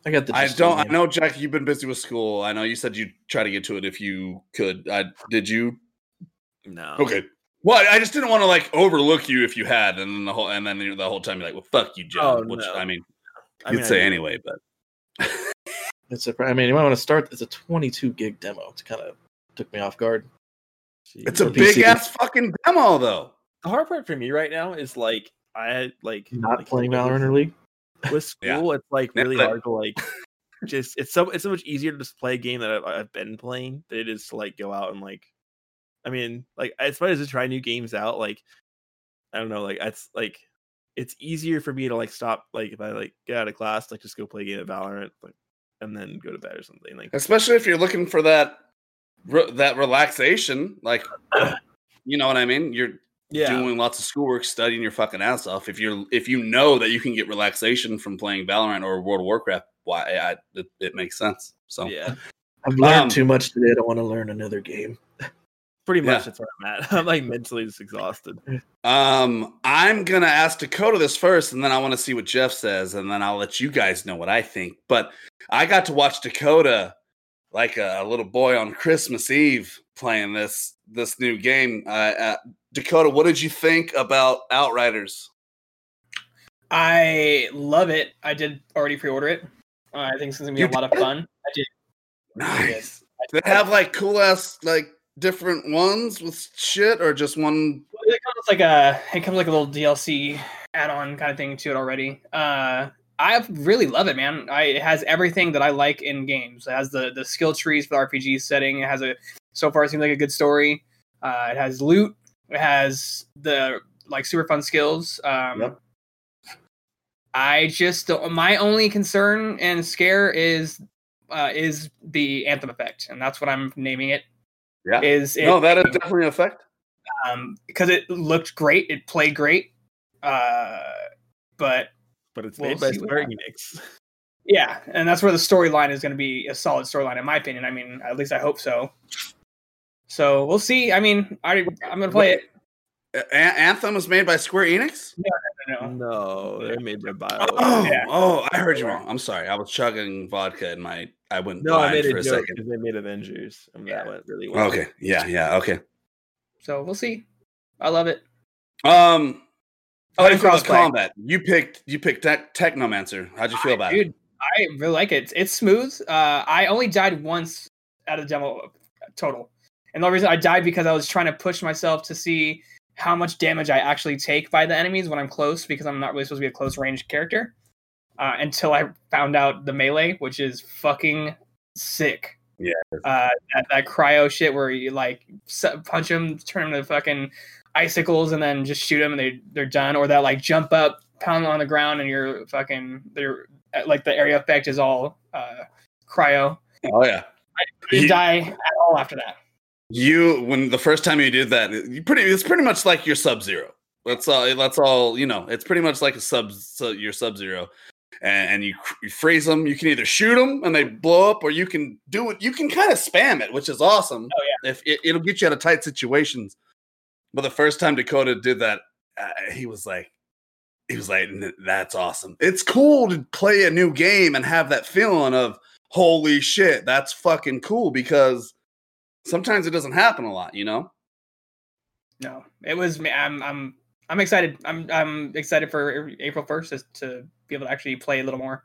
C: I got the.
B: I
C: gist of
B: don't. I
C: it.
B: know, Jack. You've been busy with school. I know you said you'd try to get to it if you could. I did you?
E: No.
B: Okay. Well, I just didn't want to like overlook you if you had, and then the whole and then you're the whole time you're like, "Well, fuck you, Jeff."
E: Oh,
B: Which
E: no.
B: I mean,
E: I
B: you'd
E: mean, I
B: say
E: did.
B: anyway, but
C: It's a, I mean, you might want to start. It's a 22 gig demo. It kind of took me off guard.
B: it's a
C: The PC.
B: big ass fucking demo, though.
E: the hard part for me right now is like I like
C: Not
E: like,
C: playing
E: with-
C: Valorant or League.
E: with
B: Yeah.
E: school. It's like
B: Yeah,
E: really
B: but-
E: hard to like just it's so it's so much easier to just play a game that I've, I've been playing than it is to like go out and like I mean like as much as to try new games out like I don't know like it's like it's easier for me to like stop like if I like get out of class like just go play a game at Valorant like and then go to bed or something like
B: Especially if you're looking for that re- that relaxation, like you know what I mean. You're doing lots of schoolwork, studying your fucking ass off. If you're if you know that you can get relaxation from playing Valorant or World of Warcraft, why I, it, it makes sense. So
E: yeah
C: I've learned
B: Um,
C: too much today. I don't want to learn another game.
E: pretty much
B: Yeah.
E: that's where I'm at I'm like mentally just exhausted
B: Um, I'm gonna ask Dakota this first, and then I want to see what Jeff says, and then I'll let you guys know what I think. But I got to watch Dakota like a, a little boy on Christmas Eve playing this this new game. Uh, uh, Dakota, what did you think about Outriders?
D: I love it. I did already pre-order it. Uh, I think it's gonna be
B: You
D: a lot of
B: did?
D: fun. I did.
B: Nice. They have like cool ass like different ones with shit, or just one.
D: Well, It comes like a it comes like a little DLC add-on kind of thing to it already. Uh, I really love it, man. I, it has everything that I like in games. It has the the skill trees for the RPG setting. It has a so far it seems like a good story. Uh, it has loot. It has the like super fun skills. Um,
B: Yep.
D: I just don't- my only concern and scare is uh, is the anthem effect, and that's what I'm naming it.
B: Yeah.
D: Is it,
B: No, that is definitely an effect.
D: Um, because it looked great, it played great. Uh, but
E: but it's
D: We'll
E: made by
D: see what
E: Square Enix
D: yeah, and that's where the storyline is going to be a solid storyline, in my opinion. I mean, at least I hope so. So we'll see. I mean, I, I'm going to play it.
B: A- A- Anthem is made by Square Enix.
D: I don't know.
E: no they're made by Bio
B: Oh,
D: Yeah.
B: oh, I heard you wrong. I'm sorry. I was chugging vodka and my I went
E: No, I
B: blind
E: made
B: for
E: a
B: a
E: joke
B: second.
E: because they made Avengers, and
D: Yeah.
E: that went really well.
B: Okay. Yeah, yeah, okay.
D: So we'll see. I love it.
B: Um
D: Oh,
B: how do you
D: and
B: feel about
D: crossplay.
B: combat? You picked you picked tech Technomancer. How'd you feel about it?
D: Dude, I really like it. It's, it's smooth. Uh, I only died once at a demo total. And the only reason I died because I was trying to push myself to see how much damage I actually take by the enemies when I'm close because I'm not really supposed to be a close range character. Uh, until I found out the melee, which is fucking sick.
B: Yeah.
D: Uh, that, that cryo shit where you like su- punch them, turn them to fucking icicles, and then just shoot them and they they're done. Or that like jump up, pound on the ground, and you're fucking they're uh, like the area effect is all uh, cryo.
B: Oh yeah.
D: You
B: You,
D: die at all after that.
B: you when the first time you did that, it- you pretty it's pretty much like your sub zero. That's all that's all, you know, it's pretty much like a sub so your sub zero. And, and you, cr- you freeze them. You can either shoot them and they blow up, or you can do it. You can kind of spam it, which is awesome.
D: Oh,
B: yeah. If it, it'll get you out of tight situations, But the first time Dakota did that, uh, he was like, he was like, "N- that's awesome. It's cool to play a new game and have that feeling of, holy shit, that's fucking cool because sometimes it doesn't happen a lot, you know?
D: No, it was. me- I'm. I'm. I'm excited. I'm. I'm excited for April first to be able to actually play a little more.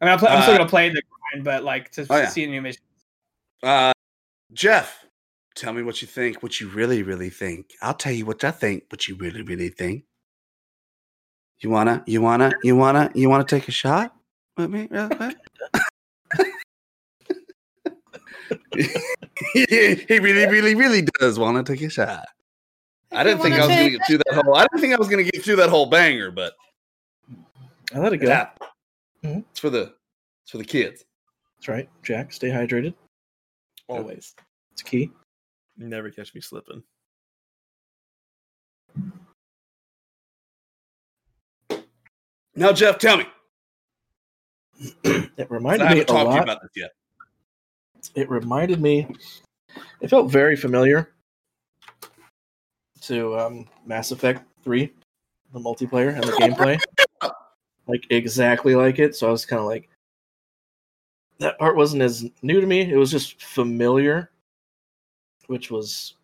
D: I mean, I play, I'm still
B: Uh,
D: gonna play the grind, but like to
B: oh, yeah.
D: see the new mission.
B: Uh, Jeff, tell me what you think, what you really, really think. I'll tell you what I think, what you really, really think. You wanna, you wanna, you wanna, you wanna take a shot with me real quick? he really, really, really does want to take a shot. I didn't think I was going to get through that whole. I didn't think I was going to get through that whole banger, but
C: I let it go.
B: yeah,
C: Mhm.
B: it's for the it's for the kids.
C: That's right, Jack. Stay hydrated.
E: Always.
C: It's key.
E: You Never catch me slipping.
B: Now, Jeff, tell me.
C: It
B: 'cause
C: reminded
B: I
C: me
B: haven't
C: a
B: talked to you
C: lot.
B: about this yet.
C: it reminded me it felt very familiar to um, mass effect 3 the multiplayer and the gameplay like exactly like it so i was kind of like that part wasn't as new to me it was just familiar which was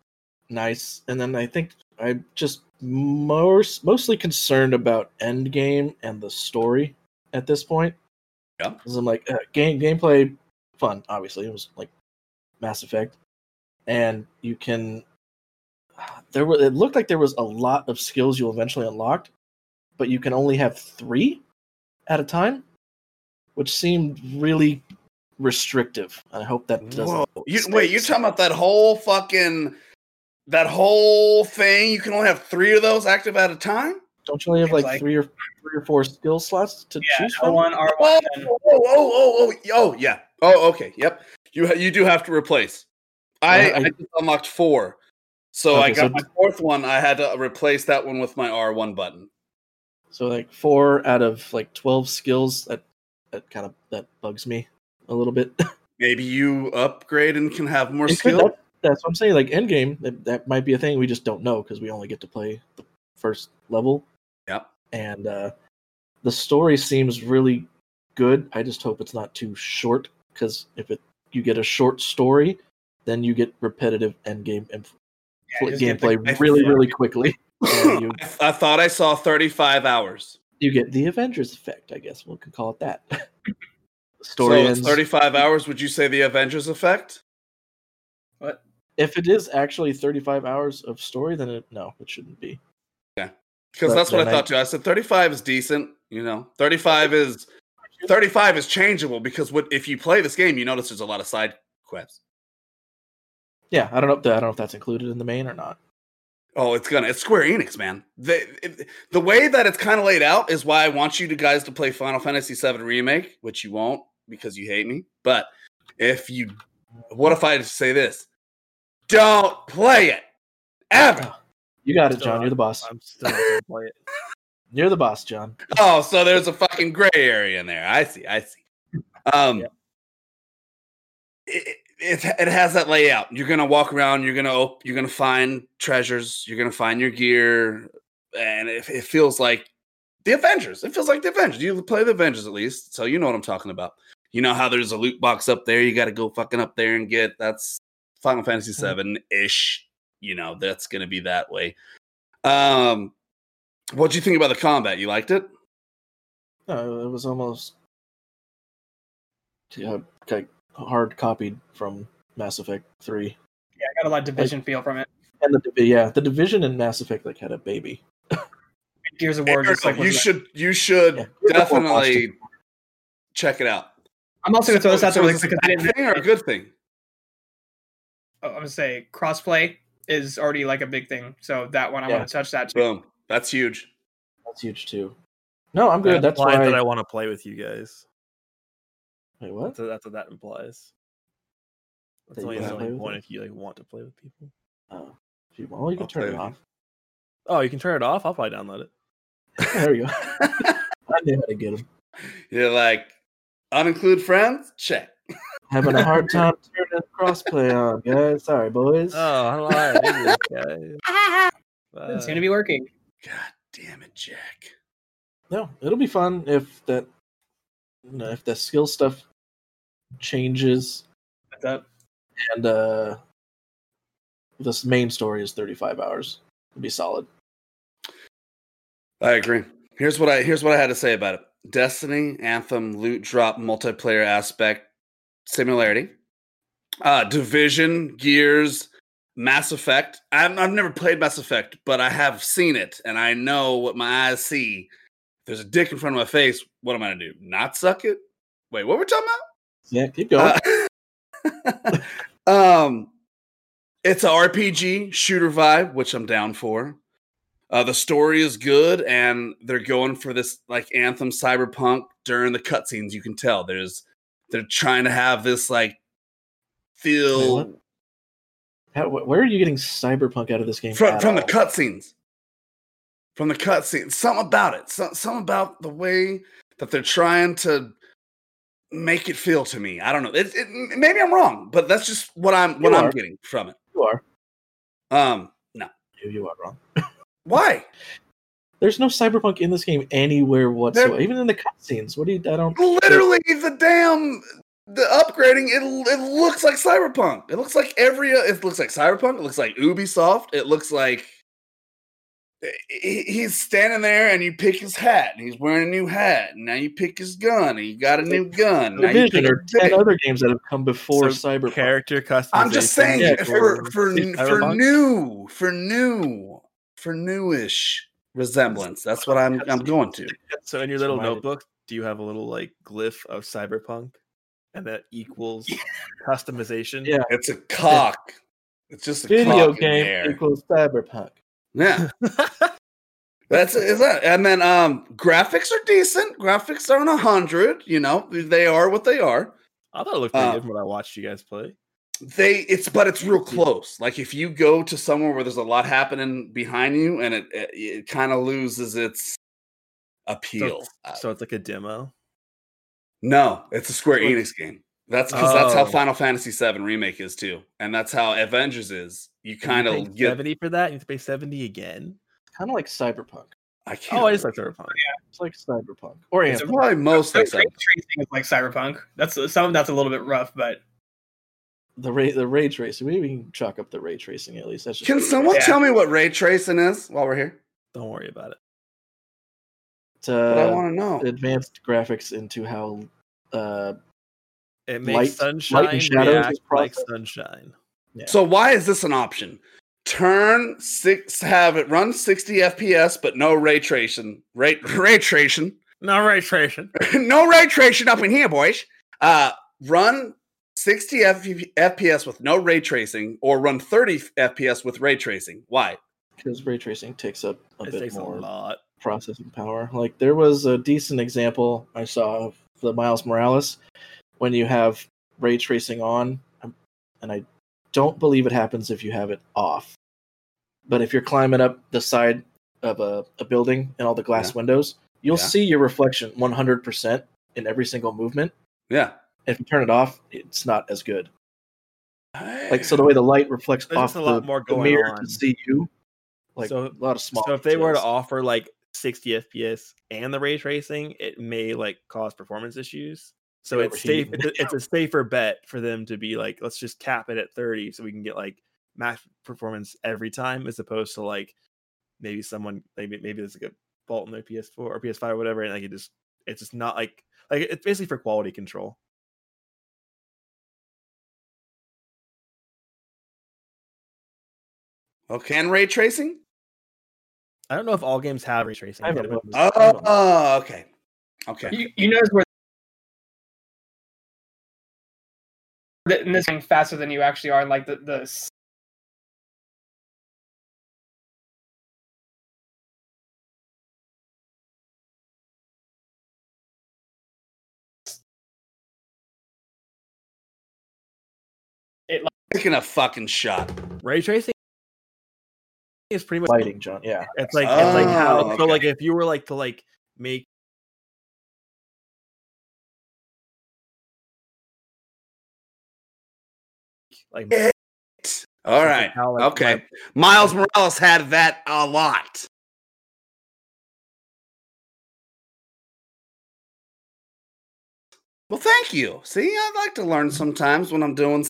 C: nice and then i think i'm just most mostly concerned about endgame and the story at this point
B: Yeah.
C: because i'm like uh, game gameplay fun obviously it was like mass effect and you can there were it looked like there was a lot of skills you eventually unlocked but you can only have three at a time which seemed really restrictive i hope that doesn't
B: Whoa! You, wait, you're talking about that whole fucking that whole thing? You can only have three of those active at a time.
C: Don't you only have
D: Seems
C: like,
D: like-
C: three or three or four skill slots to
D: Yeah,
C: choose
D: L
C: from?
D: one, R
B: Oh,
D: one,
B: oh, oh, oh, oh, oh, yeah. Oh, okay. Yep. You ha- you do have to replace. I,
C: Yeah,
B: I,
C: I-
B: just unlocked four, so I
C: Okay, so
B: got my fourth one. I had to replace that one with my R one button.
C: So like four out of like twelve skills that that kind of that bugs me a little bit.
B: Maybe you upgrade and can have more
C: It could-
B: skill.
C: that- that's what I'm saying. Like endgame, that, that might be a thing we just don't know because we only get to play the first level.
B: Yep.
C: And uh, the story seems really good. I just hope it's not too short because if it you get a short story, then you get repetitive endgame inf-
D: Yeah, just get the-
C: gameplay
B: I
C: really
B: think-
C: really quickly. and you-
B: I, th- I thought I saw thirty five hours.
C: you get the Avengers effect, I guess we could call it that.
B: So
C: Story
B: it's
C: ends.
B: thirty five hours. Would you say the Avengers effect?
D: What?
C: If it is actually 35 hours of story, then it, no, it shouldn't be.
B: Because
C: But
B: that's what
C: then
B: I
C: I-
B: thought too. I said thirty five is decent. You know, thirty five is thirty five is changeable because what if you play this game, you notice there's a lot of side quests.
C: Yeah, I don't know. If the, I don't know if that's included in the main or not.
B: Oh, it's gonna. It's Square Enix, man. The it- the way that it's kind of laid out is why I want you to guys to play Final Fantasy VII Remake, which you won't because you hate me. But if you, what if I just say this? Don't play it ever.
C: You got it,
E: Still
C: John.
E: not-
C: You're the boss.
E: I'm still not gonna play it.
C: You're the boss, John.
B: Oh, so there's a fucking gray area in there. I see. I see. Um,
C: Yeah.
B: it, it it has that layout. You're gonna walk around. You're gonna op- you're gonna find treasures. You're gonna find your gear, and it, it feels like the Avengers. It feels like the Avengers. You play the Avengers at least, so you know what I'm talking about. You know how there's a loot box up there. You got to go fucking up there and get. That's Final Fantasy VII ish. You know that's gonna be that way. Um, what do you think about the combat? You liked it?
C: No, it was almost yeah, like hard copied from Mass Effect 3.
D: Yeah, I got a lot of division feel from it.
C: And the Divi- yeah, the division in Mass Effect like had a baby.
D: Gears of
B: Hey,
D: War, just
B: Ergo,
D: like
B: you
D: was like-
B: should you should
C: Yeah.
B: definitely check it out.
D: I'm also gonna throw this out
B: So
D: there really
B: is
D: quick
B: this
D: because
B: a
D: I
B: bad
D: didn't. oh,
B: thing or a good thing?
D: I'm gonna say crossplay is already like a big thing, so that one I'm
C: Yeah.
D: gonna touch that. Too.
B: Boom. That's huge.
C: That's huge too. No, I'm good.
E: That
C: That's why.
E: implies
C: I,
E: that I want to play with you guys.
C: wait, what?
E: That's what, that's what that implies. That's
C: That you
E: only,
C: wanna
E: it's only
C: play with
E: one
C: us?
E: if you like want to play with people.
C: Oh, if you- well, you can
B: I'll play
C: turn it
B: with you.
C: off.
E: Oh, you can turn it off. I'll probably download it.
C: There you go. I knew how to get him.
B: You're like uninclude friends? Check.
C: Having a hard time turning crossplay on, guys. Sorry, boys.
B: Uh,
E: Oh, I don't know. how I did this, guys.
D: It's gonna be working.
B: God damn it, Jack.
C: no, it'll be fun if that you know, if the skill stuff changes
D: That's up.
C: and uh this main story is 35 hours. It'll be solid.
B: I agree. Here's what I here's what I had to say about it. Destiny, Anthem, loot drop, multiplayer aspect, similarity. Uh Division, Gears, Mass Effect. I've, I've never played Mass Effect, but I have seen it and I know what my eyes see. If there's a dick in front of my face, what am I gonna do? Not suck it? Wait, Uh, what were we talking about?
C: Yeah, keep going.
B: Uh, um, It's a RPG shooter vibe, which I'm down for. Uh, the story is good, and they're going for this like anthem cyberpunk during the cutscenes. You can tell there's they're trying to have this like
C: Wait,
B: feel
C: How, wh- where are you getting cyberpunk out of this game?
B: from
C: at
B: from the
C: all?
B: cutscenes, from the cutscenes. Something about it. Some something about the way that they're trying to make it feel to me. I don't know. It, it, maybe I'm wrong, but that's just what I'm what
C: You
B: I'm
C: are.
B: getting from it.
C: you are.
B: Um, no,
C: You, you are wrong.
B: why?
C: There's no cyberpunk in this game anywhere whatsoever. Even in the cutscenes. What do you? I don't.
B: literally the damn the upgrading it, it looks like cyberpunk it looks like every uh, it looks like cyberpunk it looks like ubisoft it looks like he- he's standing there and you pick his hat and he's wearing a new hat and now you pick his gun and you got a new gun now you
C: Division
B: pick
C: or
B: his
C: ten
B: dick.
C: other games that have come before
E: So
C: cyberpunk.
E: Character customization.
B: i'm just saying
C: Yeah,
B: for for
E: see
B: for
E: Cyberpunk?
B: new for new for newish resemblance that's what i'm i'm going to
E: So in your little
C: Reminded.
E: notebook, do you have a little like glyph of cyberpunk, and that equals customization?
C: Yeah.
B: it's a cock it's just a
C: Video
B: cock in the air.
C: game equals cyberpunk.
B: yeah That's is that, and then um, graphics are decent. Graphics aren't a hundred. You know, they are what they are.
E: I thought it looked pretty
B: Uh,
E: good from what I watched you guys play.
B: They it's but it's real close. Like if you go to somewhere where there's a lot happening behind you, and it it, it kind of loses its
E: So,
B: appeal.
E: it's-
B: Uh,
E: so it's like a demo.
B: no, it's a Square
E: What-
B: Enix game. That's because that's how
E: Oh.
B: Final Fantasy VII remake is too, and that's how Avengers is. You kind of get.
E: seventy for that. You have to pay seventy again.
C: Kind of like cyberpunk.
B: I can't.
E: Oh, I just like cyberpunk.
C: It's like cyberpunk or
D: It's
B: it's
C: Anthem.
B: probably mostly
D: Ray tracing is like cyberpunk. That's some of that's a little bit rough, but
C: the ray the ray tracing. Maybe we can chalk up the ray tracing at least. That's just
B: Can someone
D: Yeah.
B: tell me what ray tracing is while we're here?
E: Don't worry about it.
C: to,
B: What I want to know.
C: uh, advanced graphics into how uh,
E: It makes
C: Light- light and
E: sunshine
C: shadows
E: react
C: is
E: like
C: processed.
E: sunshine.
C: Yeah.
B: So why is this an option? Turn six, have it run 60 FPS, but no ray tracing. Ray ray tracing.
E: No registration.
B: no ray tracing up in here, boys. Uh, run 60 FP FPS with no ray tracing, or run 30 FPS with ray tracing. Why?
C: because ray tracing takes up a
E: It
C: bit
E: takes a
C: more
E: lot.
C: processing power. Like there was a decent example I saw of the Miles Morales when you have ray tracing on, um, and I don't believe it happens if you have it off. But if you're climbing up the side of a, a building and all the glass
B: Yeah.
C: windows, you'll
B: Yeah.
C: see your reflection 100% in every single movement.
B: Yeah.
C: If you turn it off, it's not as good. Like so, the way the light reflects
E: There's
C: off
E: just a lot
C: the,
E: more
C: the
E: going
C: mirror
E: on.
C: to see you. Like
E: So-
C: a lot of small.
E: so if they were to
C: details.
E: offer like 60 fps and the ray tracing it may like cause performance issues so
C: Get
E: it's safe
C: overheating.
E: it's a, it's a safer bet for them to be like let's just cap it at 30 so we can get like max performance every time as opposed to like maybe someone maybe maybe there's like a fault in their ps4 or ps5 or whatever and like it just it's just not like like it's basically for quality control
B: Oh, can ray tracing?
E: i don't know if all games have ray tracing
C: I
E: I
C: haven't
E: gotta be
C: looked.
E: honest.
B: Oh, oh, okay. Okay.
D: you, you notice where that in this thing faster than you actually are. Like the the s-
B: Taking a fucking shot.
E: ray tracing is pretty much
C: lighting, John. Yeah,
E: It's like it's like how
B: Oh,
E: so like if you were like to like make like
B: Yeah, All right.
E: how, like,
B: Okay. Miles Morales had that a lot. Well, thank you. See, I like to learn sometimes when I'm doing. s-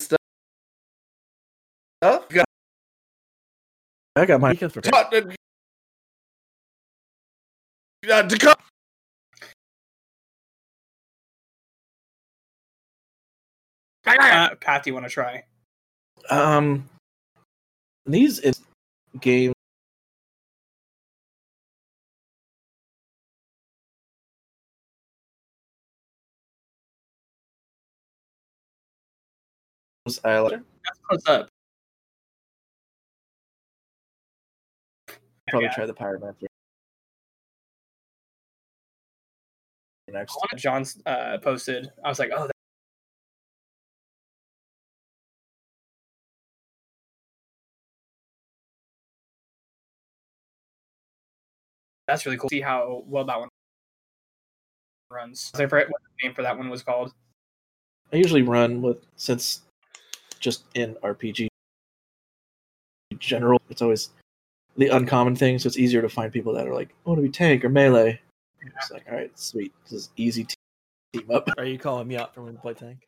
B: stuff. Got
C: I got
E: my
C: my
E: beacons were-
B: Tut- uh, uh, Dakota.
D: uh, path you want to try.
C: um. These is- games I like
D: That's what's up.
C: probably
D: Yeah.
C: try the pyromancer next.
D: One of John's uh, posted. I was like, oh, that- that's really cool. See how well that one runs. I forget what the name for that one was called.
C: I usually run with since just in RPG in general, it's always the uncommon thing, so it's easier to find people that are like, I want to be tank or melee. It's like, all right, sweet, this is easy te- team up.
E: Are you calling me out for when to play tank?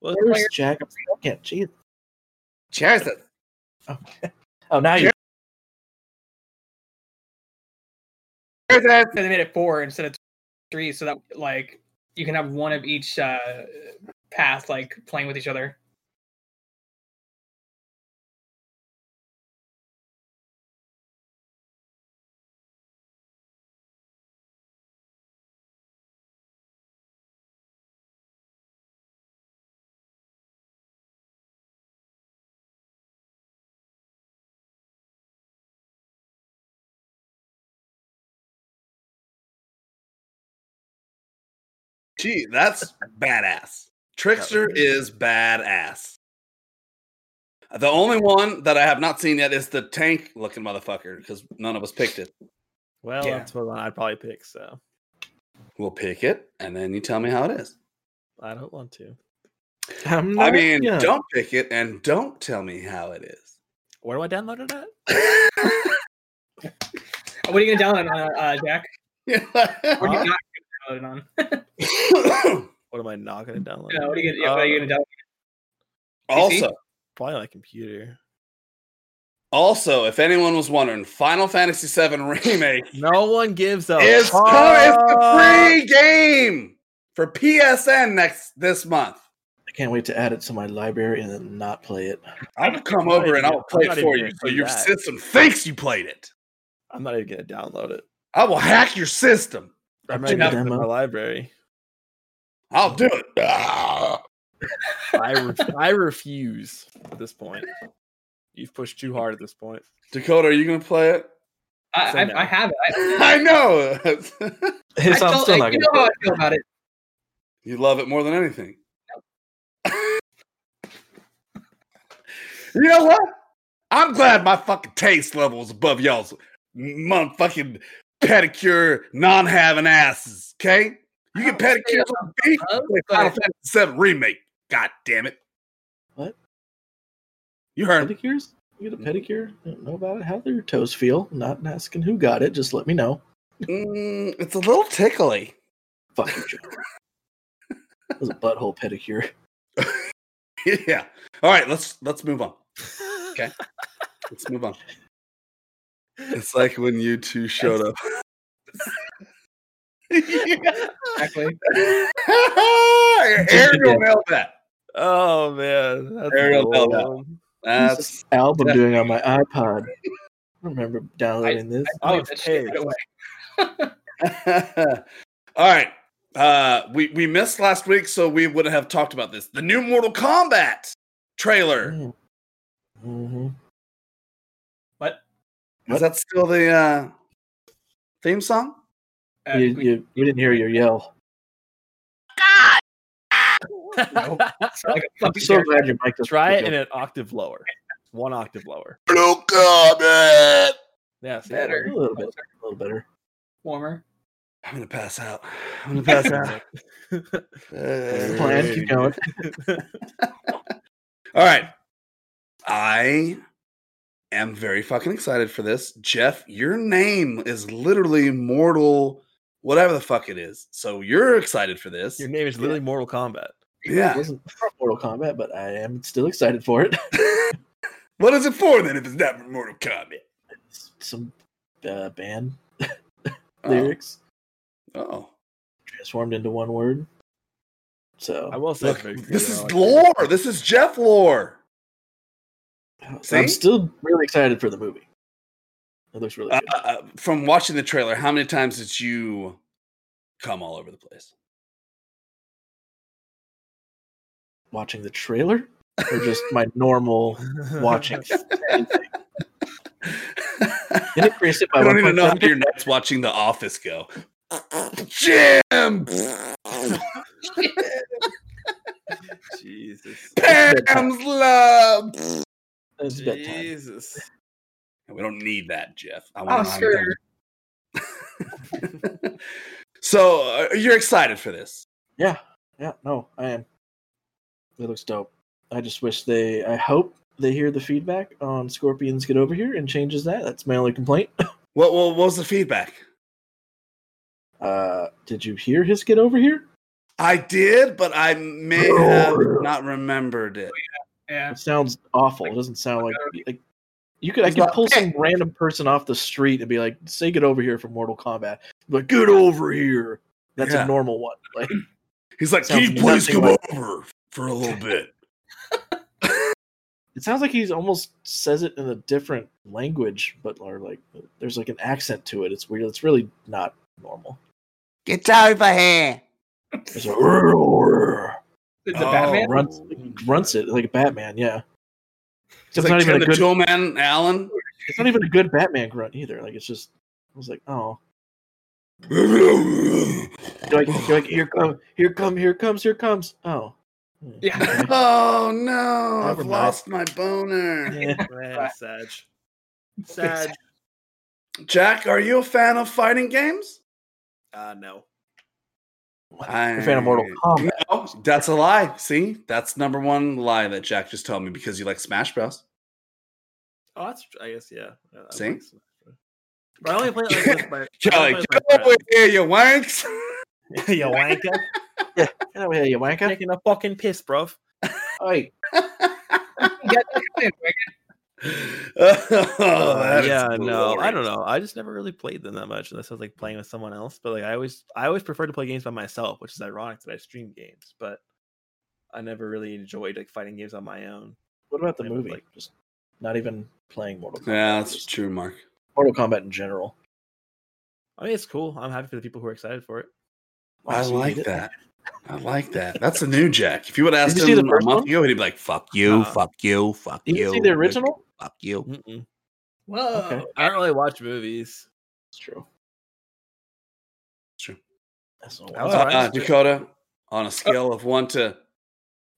E: Well,
C: Where's Jack? I'm second. Jeez.
B: Jackson.
C: Oh, now you.
B: There's that.
D: So they made it four instead of three, so that like you can have one of each uh, path, like playing with each other.
B: Gee, that's badass. Trickster is badass. The only one that I have not seen yet is the tank looking motherfucker because none of us picked it.
E: well
D: Yeah.
E: that's what I'd probably pick. So
B: We'll pick it and then you tell me how it is.
E: I don't want to.
C: I'm
B: I
C: not
B: mean,
C: young.
B: don't pick it and don't tell me how it is.
E: Where do I download it at?
D: What are you gonna download it on, uh, Jack? What are you
E: Huh?
D: not gonna download it on?
E: What am I not going to download?
D: Yeah,
E: it?
D: what are you gonna, yeah, what are you
C: Uh,
D: gonna download?
B: also,
E: Probably on my computer.
B: also, if anyone was wondering, Final Fantasy VII Remake
E: No one gives up.
B: is co-
E: Fuck.
B: it's a free game for PSN next this month.
C: I can't wait to add it to my library and then not play it.
B: I will
E: I'm
B: come
E: not
B: over and
E: even-
B: I'll play
E: I'm
B: it
E: not
B: for
E: even
B: you, so
E: gonna do
B: your
E: that.
B: system thinks you played it.
E: I'm not even going to download it.
B: I will hack your system.
E: I'm
C: Check
E: not
C: the
E: going to
C: demo.
E: my library.
B: I'll do it. Ah.
E: I ref- I refuse at this point. You've pushed too hard at this point.
B: Dakota, are you gonna play it?
D: I,
E: So
D: I,
E: no.
D: I have it. I,
B: I know.
C: So
D: I
C: I'm
D: felt
C: still
D: like-
C: not gonna.
D: you know how I feel about it.
B: you love it more than anything. you know what? I'm glad my fucking taste level is above y'all's motherfucking pedicure non-having asses. Okay, you get
D: I don't say
B: pedicures on the beach.
D: above,
B: play Final
D: but-
B: Fantasy Seven remake. God damn it!
C: What?
B: You heard me.
C: pedicures? You get Mm-hmm. a pedicure? I don't know about it. How do your toes feel? Not asking who got it. Just let me know.
B: Mm, it's a little tickly.
C: Fuck you, Joe. it was a butthole pedicure.
B: yeah. All right, let's let's move on. Okay. let's move on. It's like when you two showed up.
D: Exactly.
B: Ariel nailed that.
E: Oh man, that's
B: Ariel
E: a
B: Bell.
E: long one.
B: That's
C: this album
B: that's-
C: doing on my iPod. I remember downloading this.
D: I
E: I
D: believe that shit
E: paid.
D: right away.
B: all right. Uh, we we missed last week, so we would have talked about this. The new Mortal Kombat trailer.
C: Mm-hmm.
D: What?
B: Is that still the uh, theme song?
D: Uh,
C: you,
D: we-
C: you, you didn't hear your yell.
D: Nope. like a
C: I'm
D: fucking
C: so
D: character.
C: glad your mic doesn't
E: Try it
C: pick
E: in
C: up.
E: an octave lower. One octave lower.
B: Mortal Kombat.
E: Yeah, see,
D: Better.
C: a little bit, a little better.
D: warmer.
B: I'm gonna pass out. I'm gonna pass out.
C: That's the
B: Uh,
C: plan. Keep going.
B: All right. I am very fucking excited for this. Jeff, your name is literally mortal, whatever the fuck it is. So you're excited for this.
E: Your name is literally Mortal Kombat.
C: It
B: Yeah.
C: wasn't from Mortal Kombat, but I am still excited for it.
B: What is it for then if it's not for Mortal Kombat?
C: Some uh, band
B: Oh.
C: lyrics
B: oh.
C: transformed into one word. So
E: I will say,
B: Look,
E: it's very good,
B: this
E: I
B: is
E: like it.
B: lore. This is Jeff lore.
C: So
B: See?
C: I'm still really excited for the movie. It looks really
B: Uh,
C: good.
B: uh, from watching the trailer, how many times did you come all over the place?
C: Watching the trailer or just my normal watching.
B: I
C: Did it increase it by
B: don't even know how
C: 1.7?
B: many nights watching The Office go. Jim,
E: Jesus.
B: Pam's love.
C: It's bedtime.
E: Jesus.
B: We don't need that, Jeff. I
D: Oh,
B: want to
D: sure.
B: So uh, you're excited for this?
C: Yeah, yeah, no, I am. It looks dope. I just wish they. I hope they hear the feedback on Scorpions Get Over Here and changes that. That's my only complaint.
B: What, what, what was the feedback?
C: Uh, did you hear his Get Over Here?
B: I did, but I
C: Oh,
B: may have not remembered it.
D: Yeah.
C: It sounds awful. It doesn't sound like like you could. I
B: It's
C: could
B: not-
C: pull some random person off the street and be like, "Say Get Over Here" from Mortal Kombat. But get over here. That's
B: Yeah.
C: a normal one. Like
B: He's like,
C: Sounds
B: "Can you please
C: nothing
B: come
C: like-
B: over for a little bit?"
C: it sounds like he's almost says it in a different language, but or like there's like an accent to it. It's weird. It's really not normal.
B: Get over here.
C: It's a roar.
D: Is it
B: Oh,
D: Batman?
C: Grunts, grunts it like a Batman, yeah.
B: He's
C: It's
B: like
C: not even a
B: Jim the
C: good.
B: Tool Man Allen.
C: It's not even a good Batman grunt either. Like it's just, I was like, oh, you're like, you're like here come, here come, here comes, here comes. Oh,
D: Yeah.
C: Okay.
B: oh no!
C: Never
B: I've
C: mind.
B: lost my boner.
C: Yeah.
E: Man, Eh, Sag. Sag.
B: Jack, are you a fan of fighting games?
E: Uh, no.
C: I'm a fan of Mortal Kombat.
B: No, that's a lie. See, that's number one lie that Jack just told me because you like Smash Bros.
E: Oh, that's, I guess, yeah. Uh, I
B: See?
E: like Smash Bros. But I only play it like with my.
B: You're
E: I only
B: like,
E: play
B: get
E: it with my
B: over here, you wanks.
E: friends. you wanker.
C: Get over here, you wanker!
E: Taking a fucking piss, bruv.
C: Oi.
D: Yeah, that's it.
B: Oh, that is
E: yeah, no, I don't
B: glorious.
E: know. I just never really played them that much unless I was like playing with someone else. But like, I always, I always prefer to play games by myself, which is ironic that I stream games. But I never really enjoyed like fighting games on my own.
C: What about the
E: I would
C: movie?
E: like-
C: Just not even playing Mortal. Kombat.
B: Yeah, that's
C: just
B: true, Mark.
C: Mortal Kombat in general.
E: I mean, it's cool. I'm happy for the people who are excited for it.
B: I
C: So you
B: like
C: did-
B: that. I like that. That's a new Jack. If you would have asked
C: Did you see the
B: him a
C: first
B: month
C: one?
B: ago, he'd be like, fuck you,
E: Nah.
B: fuck you, fuck
C: Did
B: you.
C: you see the original?
B: Fuck you.
E: Mm-mm.
D: Whoa.
C: Okay.
E: I don't really watch movies.
C: It's true.
B: It's true.
C: That's
E: I
B: Uh,
E: was
C: not
E: surprised
B: uh,
E: too.
B: Dakota, on
C: Uh,
B: a scale of one to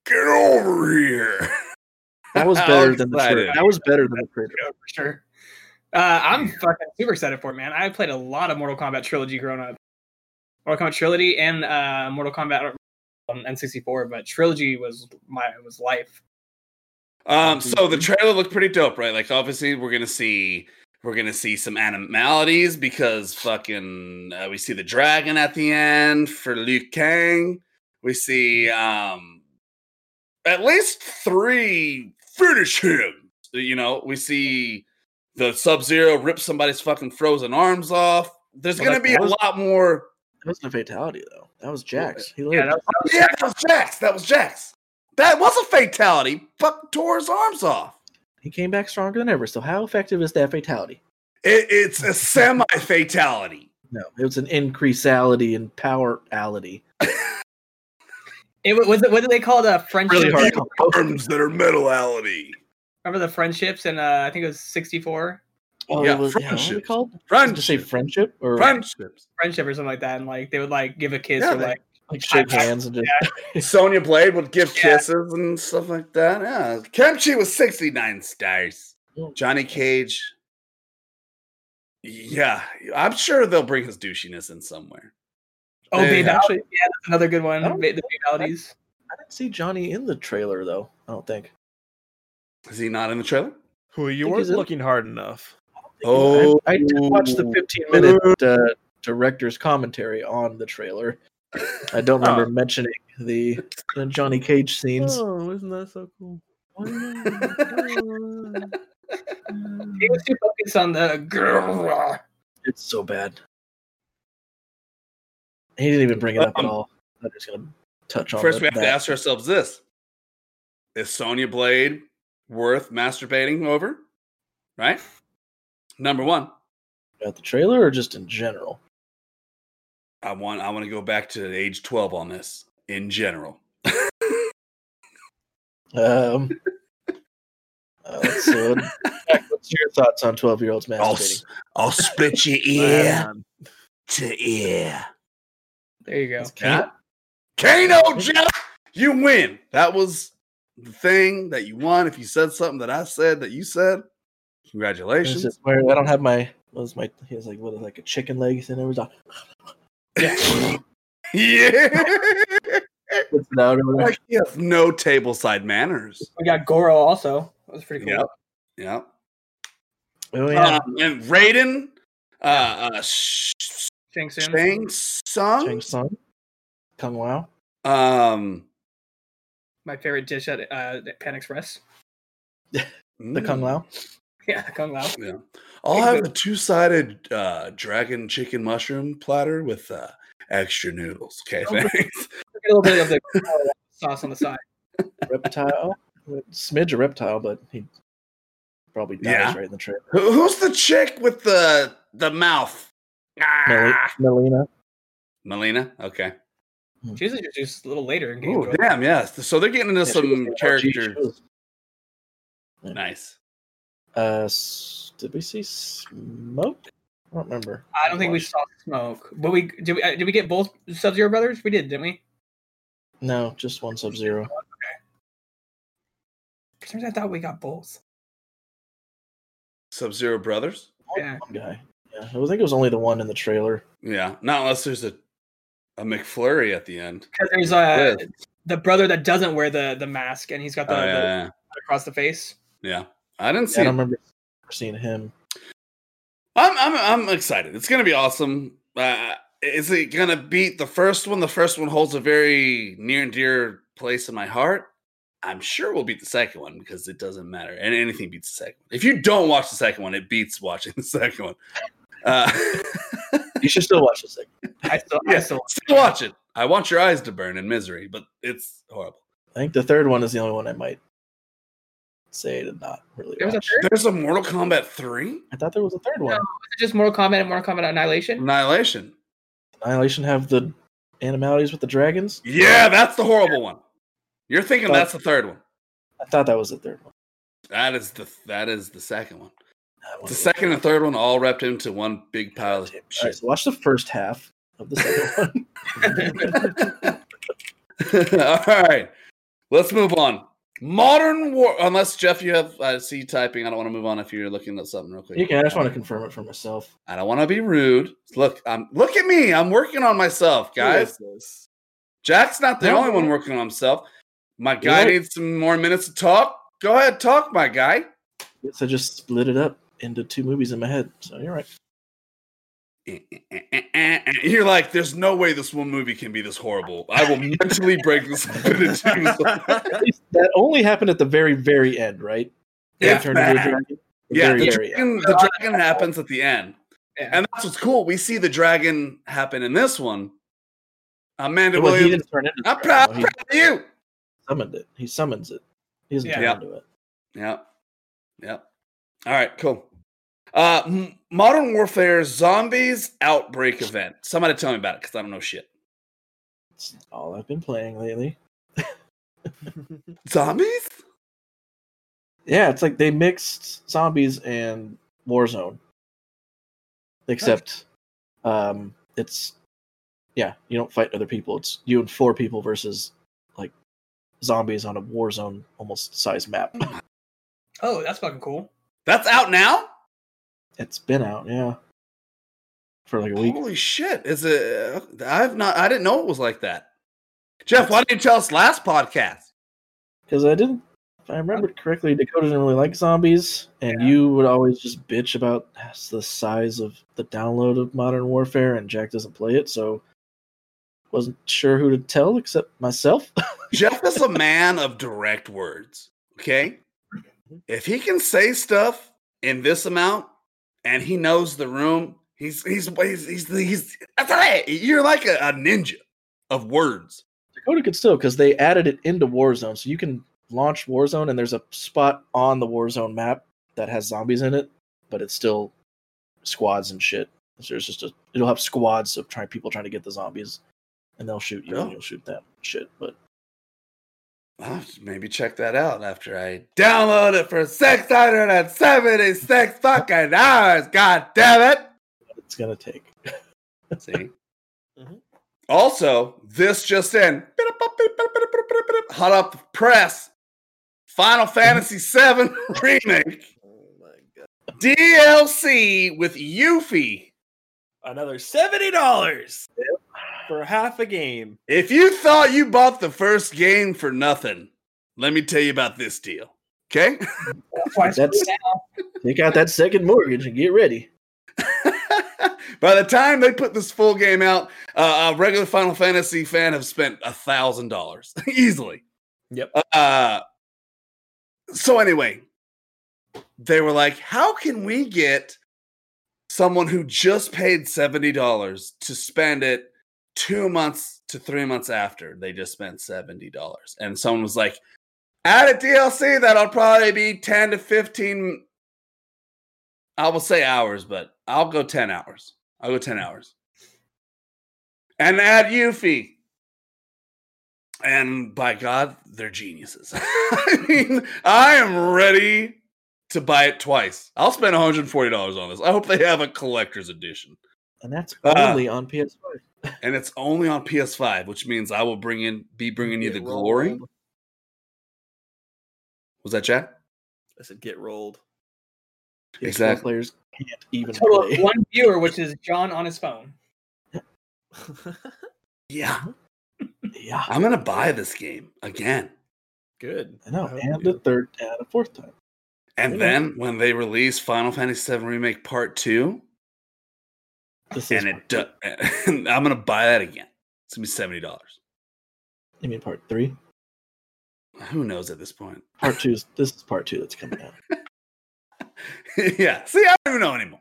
B: get over here.
C: that was
B: How
C: better than the
B: excited.
C: trailer. That was better than the trailer.
D: Yeah, for sure. Uh, I'm fucking super excited for it, man. I played a lot of Mortal Kombat trilogy growing up. Mortal Kombat trilogy and uh, Mortal Kombat on N64, but trilogy was my was life.
B: Um, so the trailer looked pretty dope, right? Like obviously we're gonna see we're gonna see some animalities because fucking uh, we see the dragon at the end for Liu Kang. We see um at least three finish him. You know, we see the Sub Zero rip somebody's fucking frozen arms off. There's
C: Well,
B: gonna
C: that-
B: be
C: that
B: a
C: was-
B: lot more.
C: That wasn't a fatality though. That was Jax. He lived.
D: Yeah, that was,
B: Yeah, that was Jax. That was Jax. That was a fatality. Fuck tore his arms off.
C: He came back stronger than ever. So how effective is that fatality?
B: It, it's a semi fatality.
C: No, it was an increasality and powerality.
D: it wa- was it, what did they call the friendships?
C: Really hard.
B: Arms that are metality.
D: Remember the friendships and uh, I think it was 64
C: Oh,
B: Yeah,
C: it was, yeah, what was it
B: friendships.
C: called? Did you say
B: Friendships.
C: friendship or
B: Friendships.
D: friendship or something like that, and like they would like give a kiss
B: Yeah,
D: or
B: they-
D: like
C: like shake hands and just
B: Sonya Blade would give
D: Yeah.
B: kisses and stuff like that. Yeah. Kimchi was 69 stars. Johnny Cage. Yeah. I'm sure they'll bring his douchiness in somewhere.
D: oh
B: Yeah,
D: babe,
B: yeah.
D: yeah, that's another good one.
C: I don't-
D: Ba- the fatalities.
C: I didn't see Johnny in the trailer though. I don't think.
B: Is he not in the trailer?
E: Who you
C: think
E: weren't
C: he's in-
E: looking hard enough.
B: Oh.
C: I, I did watch the 15 minute uh, director's commentary on the trailer. I don't remember mentioning the, the Johnny Cage scenes.
E: Oh, isn't that so cool?
D: He was too focused on the girl.
C: It's so bad. He didn't even bring it up
B: Um,
C: at all. I'm just gonna touch on
B: First,
C: Oh, that-
B: we have to
C: that.
B: ask ourselves this Is Sonya Blade worth masturbating over? Right? Number one.
C: About the trailer or just in general?
B: I want I want to go back to age twelve on this in general.
C: Um, uh, let's see. What, Jack, what's your thoughts on 12 year olds
B: I'll,
C: masturbating?
B: s- I'll split your ear
E: Man.
B: to ear.
D: There you go.
B: Cat? Kano Jeff, you win. That was the thing that you won. If you said something that I said that you said,
C: It's
B: congratulations.
C: just where I don't have my. What was my? He was like, what is like a chicken leg thing? It was like,
B: yeah.
C: puts it out or whatever.
B: like he has no table side manners.
D: We got Goro also. That was pretty cool.
B: Yep. Yep.
C: Oh, yeah.
B: Um, and Raiden, uh, uh, Sh-
D: Shang Tsung.
B: Shang Tsung,
C: Chang Sung. Kung Lao.
B: um,
D: My favorite dish at uh, at Pan Express.
C: The Kung Lao.
D: Yeah, Kung Lao.
B: hmm. Yeah. I'll have the two sided uh, dragon chicken mushroom platter with uh, extra noodles. Okay,
D: Okay.
B: thanks.
D: Took A little bit of the sauce on the side.
C: reptile. Smidge a reptile, but he probably dies
B: Yeah.
C: right in the trailer.
B: Who- Who's the chick with the the mouth?
C: Mel-
B: Ah,
C: Melina.
B: Melina. Okay.
D: She usually just used a little later. in games,
B: Ooh,
D: really.
B: damn. Yes. So they're getting into
C: Yeah, she was
B: some
C: in LG
B: characters.
C: shows.
B: Nice.
C: Uh, s- did we see smoke? I don't remember.
D: I don't think we saw smoke, but we did. We, uh, did we get both Sub Zero brothers? We did, didn't we?
C: No, just one Sub Zero.
D: For some reason, I thought we got both.
B: Sub Zero Brothers.
D: Yeah.
C: One guy. Yeah, I think it was only the one in the trailer.
B: Yeah. Not unless there's a a McFlurry at the end.
D: Because there's uh,
B: With-
D: the brother that doesn't wear the the mask, and he's got the,
B: Oh,
D: the-
B: yeah,
D: across the face.
B: yeah. I didn't
C: Yeah,
B: see
C: I
B: it.
C: don't remember seeing him.
B: I'm I'm I'm excited. It's gonna be awesome. Uh, is it gonna beat the first one? The first one holds a very near and dear place in my heart. I'm sure we'll beat the second one because it doesn't matter, and anything beats the second one. If you don't watch the second one, it beats watching the second one. Uh,
C: You should still watch this thing.
D: I still, I
B: Yeah.
D: still
B: still watch it. I want your eyes to burn in misery, but it's horrible.
C: I think the third one is the only one I might say to not really.
D: There was a
C: watch.
D: third. Was
B: There's a Mortal Kombat three
C: I thought there was a third one.
D: it just Mortal Kombat and Mortal Kombat
B: Mm.
D: Annihilation?
B: Annihilation.
C: Annihilation have the animalities with the dragons.
B: Yeah, that's the horrible one. You're thinking
C: But-
B: that's the third one.
C: I thought that was the third one.
B: That is the that is the second one.
C: I wanna
B: The
C: watch
B: second and third one all wrapped into one big pile of
C: All right,
B: shit.
C: so watch the first half of the second
B: all right, let's move on. Modern War. Unless Jeff, you have I see you typing. I don't want to move on if you're looking at something real
C: one.
B: quick.
C: You can. I just want to confirm it for myself.
B: I don't want to be rude. Look, I'm look at me. I'm working on myself, guys. Jack's not the
C: No,
B: only one
C: no.
B: working on himself. My guy
C: right.
B: needs some more minutes to talk. Go ahead, talk, my guy.
C: Yes, I just split it up into two movies in my head. So you're right.
B: You're like, there's no way this one movie can be this horrible. I will mentally break this up into two.
C: At least that only happened at the very, very end, right? They
B: Yeah.
C: turned into a dragon. The
B: Yeah,
C: very,
B: the
C: very end.
B: dragon, the dragon happens at the end.
D: Yeah.
B: And that's what's cool. We see the dragon happen in this one. Amanda
C: Well, he
B: Williams,
C: didn't turn into.
B: I'm
C: the dragon,
B: proud,
C: though.
B: proud of you.
C: He summoned it. He summons it. He doesn't
D: Yeah.
C: turn
B: Yeah.
C: into it.
B: Yep. Yep. All right, cool. Uh, M- Modern Warfare Zombies Outbreak Event. Somebody tell me about it because I don't know shit.
C: It's all I've been playing lately.
B: Zombies?
C: Yeah, it's like they mixed zombies and Warzone. Except um it's yeah, you don't fight other people. It's you and four people versus like zombies on a Warzone almost size map.
D: Oh, that's fucking cool.
B: That's out now?
C: It's been out, yeah. For like a week.
B: Holy shit. Is it uh, I've not I didn't know it was like that. Jeff, why didn't you tell us last podcast?
C: Because I didn't if I remembered correctly, Dakota didn't really like zombies, and you would always just bitch about the size of the download of Modern Warfare, and Jack doesn't play it, so wasn't sure who to tell except myself.
B: Jeff is a man of direct words. Okay. If he can say stuff in this amount and he knows the room, he's he's he's he's, he's that's all right. You're like a, a ninja of words.
C: Dakota could still because they added it into Warzone, so you can launch Warzone, and there's a spot on the Warzone map that has zombies in it, but it's still squads and shit. So there's just a it'll have squads of trying people trying to get the zombies, and they'll shoot you
B: Oh.
C: and you'll shoot them. Shit, but
B: I'll have to maybe check that out after I download it for 676 fucking hours. God damn it.
C: it's gonna take.
B: See.
E: Mhm.
B: Also, this just in. Hot up the press. Final Fantasy VII remake
E: Oh my god!
B: DLC with Yuffie.
E: Another seventy dollars for half a game.
B: If you thought you bought the first game for nothing, let me tell you about this deal. Okay?
D: Twice
C: That's- Take out that second mortgage and get ready.
B: By the time they put this full game out, uh, a regular Final Fantasy fan have spent a thousand dollars easily.
E: Yep.
B: Uh, so anyway, they were like, "How can we get someone who just paid seventy dollars to spend it two months to three months after they just spent seventy dollars?" And someone was like, "Add a DLC that'll probably be ten to fifteen I will say hours, but I'll go 10 hours. I'll go 10 hours. And add Yuffie. And by God, they're geniuses. I mean, I am ready to buy it twice. I'll spend $140 on this. I hope they have a collector's edition.
C: And that's
B: Uh,
C: only on PS5.
B: And it's only on PS5, which means I will bring in be bringing you the glory. Was that chat?
E: I said, get rolled.
C: PS4
B: Exactly.
C: Players can't even
D: total of
C: play.
D: one viewer, which is John on his phone.
B: Yeah.
C: Yeah,
B: I'm gonna buy this game again.
E: Good.
C: I know.
E: hope
C: And
E: you
C: the third and the fourth time.
B: And
E: Yeah.
B: then when they release Final Fantasy VII Remake Part 2,
C: This is
B: and it do- and I'm gonna buy that again. It's gonna be seventy dollars.
C: you mean part three?
B: Who knows at this point?
C: Part two is this is part two that's coming out.
B: yeah. See, I don't even know anymore.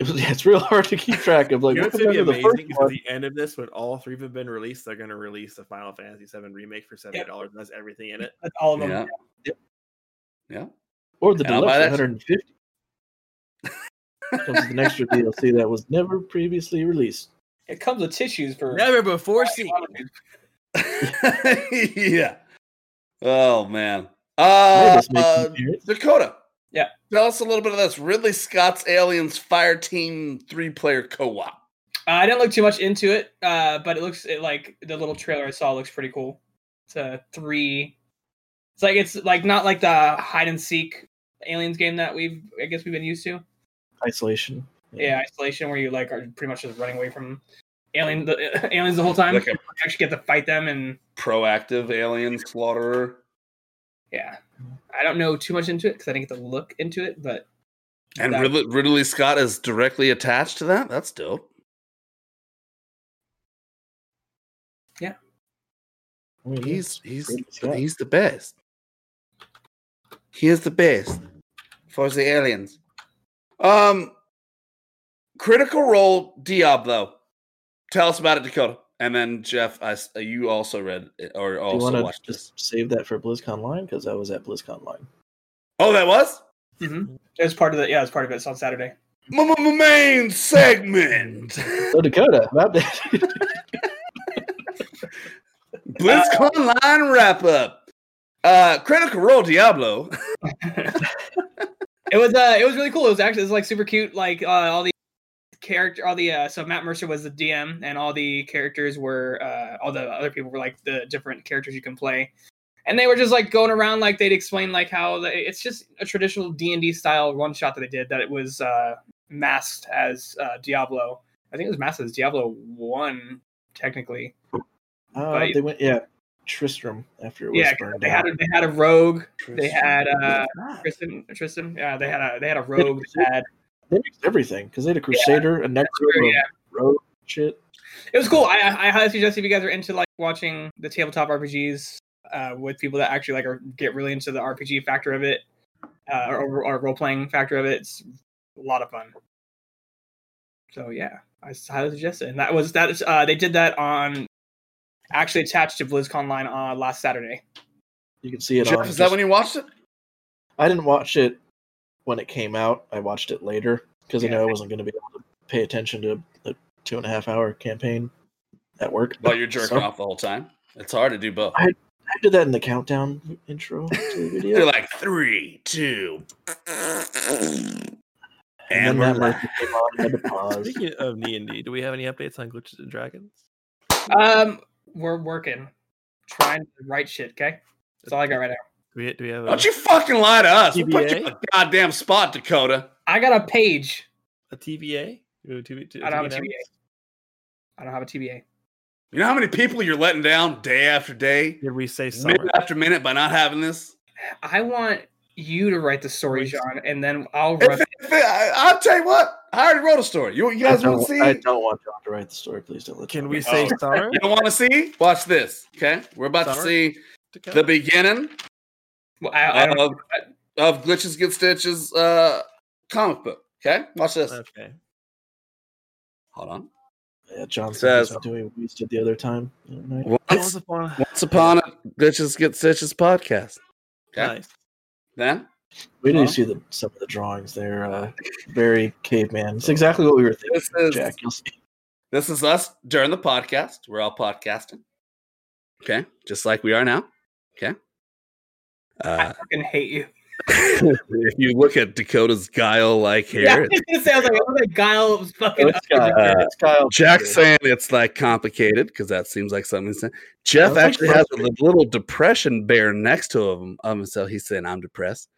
C: It was- yeah, it's real hard to keep track of. Like,
E: know
C: what
E: what's gonna be
C: the
E: amazing?
C: first
E: Is at
C: one?
E: the end of this, when all three of them have been released, they're gonna release the Final Fantasy VII remake for seventy dollars. and That's everything in it.
D: That's all of them.
B: Yeah.
C: Yep.
B: Yeah.
C: Or the
B: And I'll buy
C: deluxe
B: that.
C: 150. comes with an extra DLC that was never previously released.
D: It comes with tissues for
E: Never before seen.
B: yeah. Oh man.
C: May
B: Uh,
C: this make
B: uh,
C: an appearance.
B: Dakota.
D: Yeah.
B: Tell us a little bit of this Ridley Scott's Aliens Fire Team three player co op.
D: Uh, I didn't look too much into it, uh, but it looks it, like the little trailer I saw looks pretty cool. It's a three. It's like it's like not like the hide and seek aliens game that we've I guess we've been used to.
C: isolation.
D: Yeah, isolation where you like are pretty much just running away from alien the, aliens the whole time.
B: Like a
D: You actually get to fight them and
B: proactive alien slaughterer.
D: yeah. I don't know too much into it because I didn't get to look into it, but
B: And
D: That-
B: Ridley, Ridley Scott is directly attached to that. That's dope.
C: I mean,
B: He's he's
C: Ridley Scott.
B: he's the best. He is the best for the aliens. Um, Critical Role Diablo. Tell us about it, Dakota, and then Jeff. I s- uh, you also read it, or
C: do you
B: also
C: want to
B: watched this.
C: just save that for BlizzCon Line? Because I was at BlizzCon Line.
B: Oh, that was
D: it was part of the yeah, it was part of it. It's on Saturday.
B: my, my- my main segment.
C: So Dakota, about that.
B: BlizzCon line wrap up. Uh, Critical Role Diablo.
D: It was uh, it was really cool. It was actually it was like super cute. Like uh, all the character, all the uh, so Matt Mercer was the DM, and all the characters were uh, all the other people were like the different characters you can play, and they were just like going around like they'd explain like how the, it's just a traditional D and D style one shot that they did that it was uh, masked as uh, Diablo. I think it was masked as Diablo One technically.
C: Uh,
D: But-
C: they went, yeah, Tristram after it was
D: Yeah, 'cause
C: burned
D: they
C: down.
D: had a, they had a rogue. They had uh, Tristan. Tristan. Yeah, they had a they had a rogue. They had
C: they mixed everything because they had a Crusader, a Necro, a
D: yeah.
C: Rogue, shit.
D: it was cool. I, I I highly suggest if you guys are into like watching the tabletop RPGs uh, with people that actually like are, get really into the RPG factor of it uh, or, or role playing factor of it. It's a lot of fun. So yeah, I s- highly suggest it. And that was that is uh, they did that on actually attached to BlizzCon line on last Saturday.
C: You can see it
B: Jeff,
C: on.
B: is that
C: just-
B: when you watched it?
C: I didn't watch it when it came out. I watched it later because
D: Yeah.
C: I know I wasn't going to be able to pay attention to the two and a half hour campaign at work.
B: While you're jerking
C: So-
B: off the whole time, it's hard to do both.
C: I did that in the countdown intro to the video.
B: They're like three, two, and,
C: and
B: we're
C: then that
B: live.
C: message came on. I had to pause.
E: Speaking of D and D, do we have any updates on glitches and dragons?
D: Um, we're working, trying to write shit. Okay, that's all I got right now.
E: Do we, do we have? A,
B: Don't you fucking lie to us. We'll put you in
E: TBA?
B: a goddamn spot, Dakota.
D: I got a page.
E: a TVA? Do we have a TV
D: I don't have a
E: now?
D: TBA. I don't have a TBA.
B: You know how many people you're letting down day after day,
E: Did we say summer?
B: minute after minute by not having this?
D: I want you to write the story,
E: Please.
D: John, and then I'll
B: If,
D: run.
B: if- I, I'll tell you what. I already wrote a story. You, you
C: I
B: guys
C: don't,
B: want to
C: wa-
B: see?
C: I don't want John to write the story. Please don't let.
E: Can
C: John
E: we
C: write
E: say
B: Oh.
E: summer?
B: You don't want to see? Watch this. Okay. We're about to
E: Summer?
B: see
E: Dakota?
B: the beginning
D: Well, I, I don't,
B: of, of Glitches Get Stitches uh, comic book. Okay. Watch this.
E: Okay.
B: Hold on.
C: it. Yeah, John
B: Says-
C: says he's doing what we used to the other time. the other night.
E: Once upon
B: Once upon a Glitches Get Stitches podcast. Okay.
E: nice.
B: Then
C: We do
B: Huh?
C: see the some of the drawings there. Uh, very caveman. It's exactly what we were thinking,
B: this is
C: Jack. You'll see.
B: this is us during the podcast. We're all podcasting. Okay, just like we are now. Okay.
D: I
B: Uh,
D: fucking hate you.
B: if you look at Dakota's guile-like
D: Yeah, I
B: hair,
D: was gonna say, I was like, I was like, Guile was fucking.
C: It's Kyle.
B: Uh,
C: it's Kyle.
B: Jack's saying it's like complicated because that seems like something. he's saying. Jeff
C: Sounds like
B: actually has a li- little depression bear next to him. Um, so he's saying I'm depressed.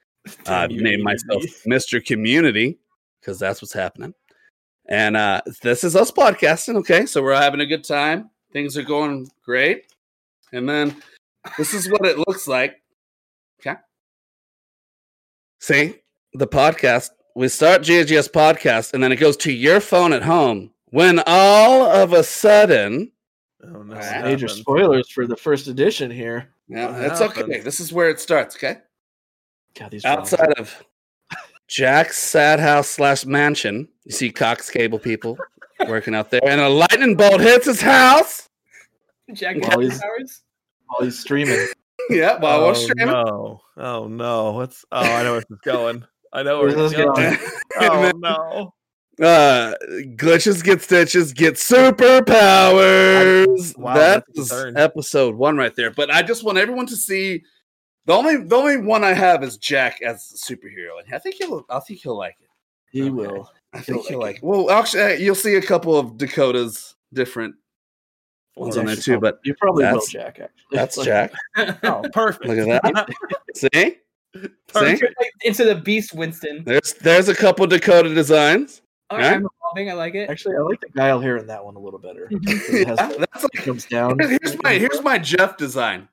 B: I've
E: Damn you,
B: named
E: D&D.
B: myself Mr. Community because that's what's happening. And uh, this is us podcasting. Okay, so we're having a good time. Things are going great. And then this is what it looks like. Okay. See the podcast. We start GGS podcast, and then it goes to your phone at home. When all of a sudden,
E: Oh, no,
B: Wow.
E: what
C: Major
E: happened?
C: spoilers for the first edition here.
B: yeah,
E: What
B: that's okay.
E: happens?
B: This is where it starts. Okay.
C: God, these drawings.
B: outside of Jack's sad house slash mansion, you see Cox Cable people working out there, and a lightning bolt hits his house.
D: Jack
C: Well, he's-
D: Powers.
C: while he's streaming.
B: Yeah, while
E: oh,
B: we're streaming.
E: No. Oh no. What's oh I know where this is going. I know where
C: Where's
E: this is
C: this
E: going.
B: And
C: going?
E: Oh no.
B: then, uh, glitches get stitches, get superpowers.
E: I- wow,
B: that
E: that's a
B: is
E: turn.
B: episode one right there. But I just want everyone to see the only the only one I have is Jack as a superhero, and I think he'll I think he'll like it.
C: He
B: Okay.
C: will.
B: I
C: He'll
B: think he'll
C: like
B: like. Well, actually, uh, you'll see a couple of Dakota's different ones
C: He's
B: on there
C: actually
B: too,
C: probably-
B: but
C: you probably will,
B: that's-
C: Jack. Actually,
B: that's
C: Like,
B: Jack.
E: Oh, perfect.
B: Look at that. See? See?
D: Into the Beast, Winston.
B: There's there's a couple Dakota designs.
D: All
B: Yeah.
D: right, I'm evolving. I like it.
C: Actually, I like the guile hair in that one a little better. 'cause
B: Yeah,
C: It has the-
B: that's like,
C: comes down.
B: here's here's my here's my Jeff design.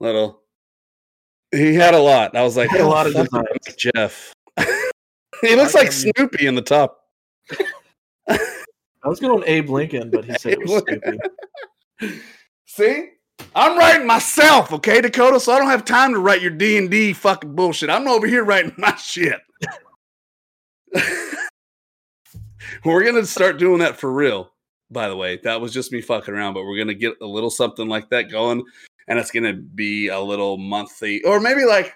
B: Little. He had a lot. I was like, "Oh,
C: He had a lot of
B: "Fuck it,
C: designs."
B: Jeff. he looks like
E: Awesome.
B: Snoopy in the top.
C: I was going on Abe Lincoln, but he said it was
B: Abe
C: stupid.
B: See? I'm writing myself, okay, Dakota. So I don't have time to write your D and D fucking bullshit. I'm over here writing my shit. we're gonna start doing that for real. By the way, that was just me fucking around, but we're gonna get a little something like that going, and it's gonna be a little monthly, or maybe like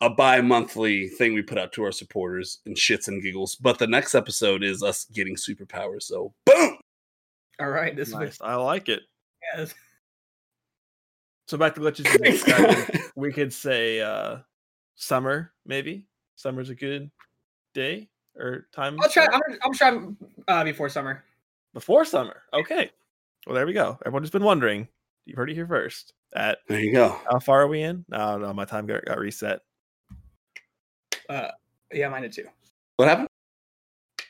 B: a bi-monthly thing we put out to our supporters and shits and giggles. But the next episode is us getting superpowers. So boom.
D: All right, this
E: nice.
D: was
E: I like it.
D: yeah, this-
E: So back to glitches and dragons. we could say uh summer, maybe. Summer's a good day or time.
D: I'll try.
E: or-
D: I'm, I'm trying uh, before summer.
E: before summer. Okay. Well, there we go. Everyone has been wondering. You've heard it here first. At
B: there you go.
E: how far are we in? No, no, my time got, got reset.
D: Yeah, mine did too.
B: What happened?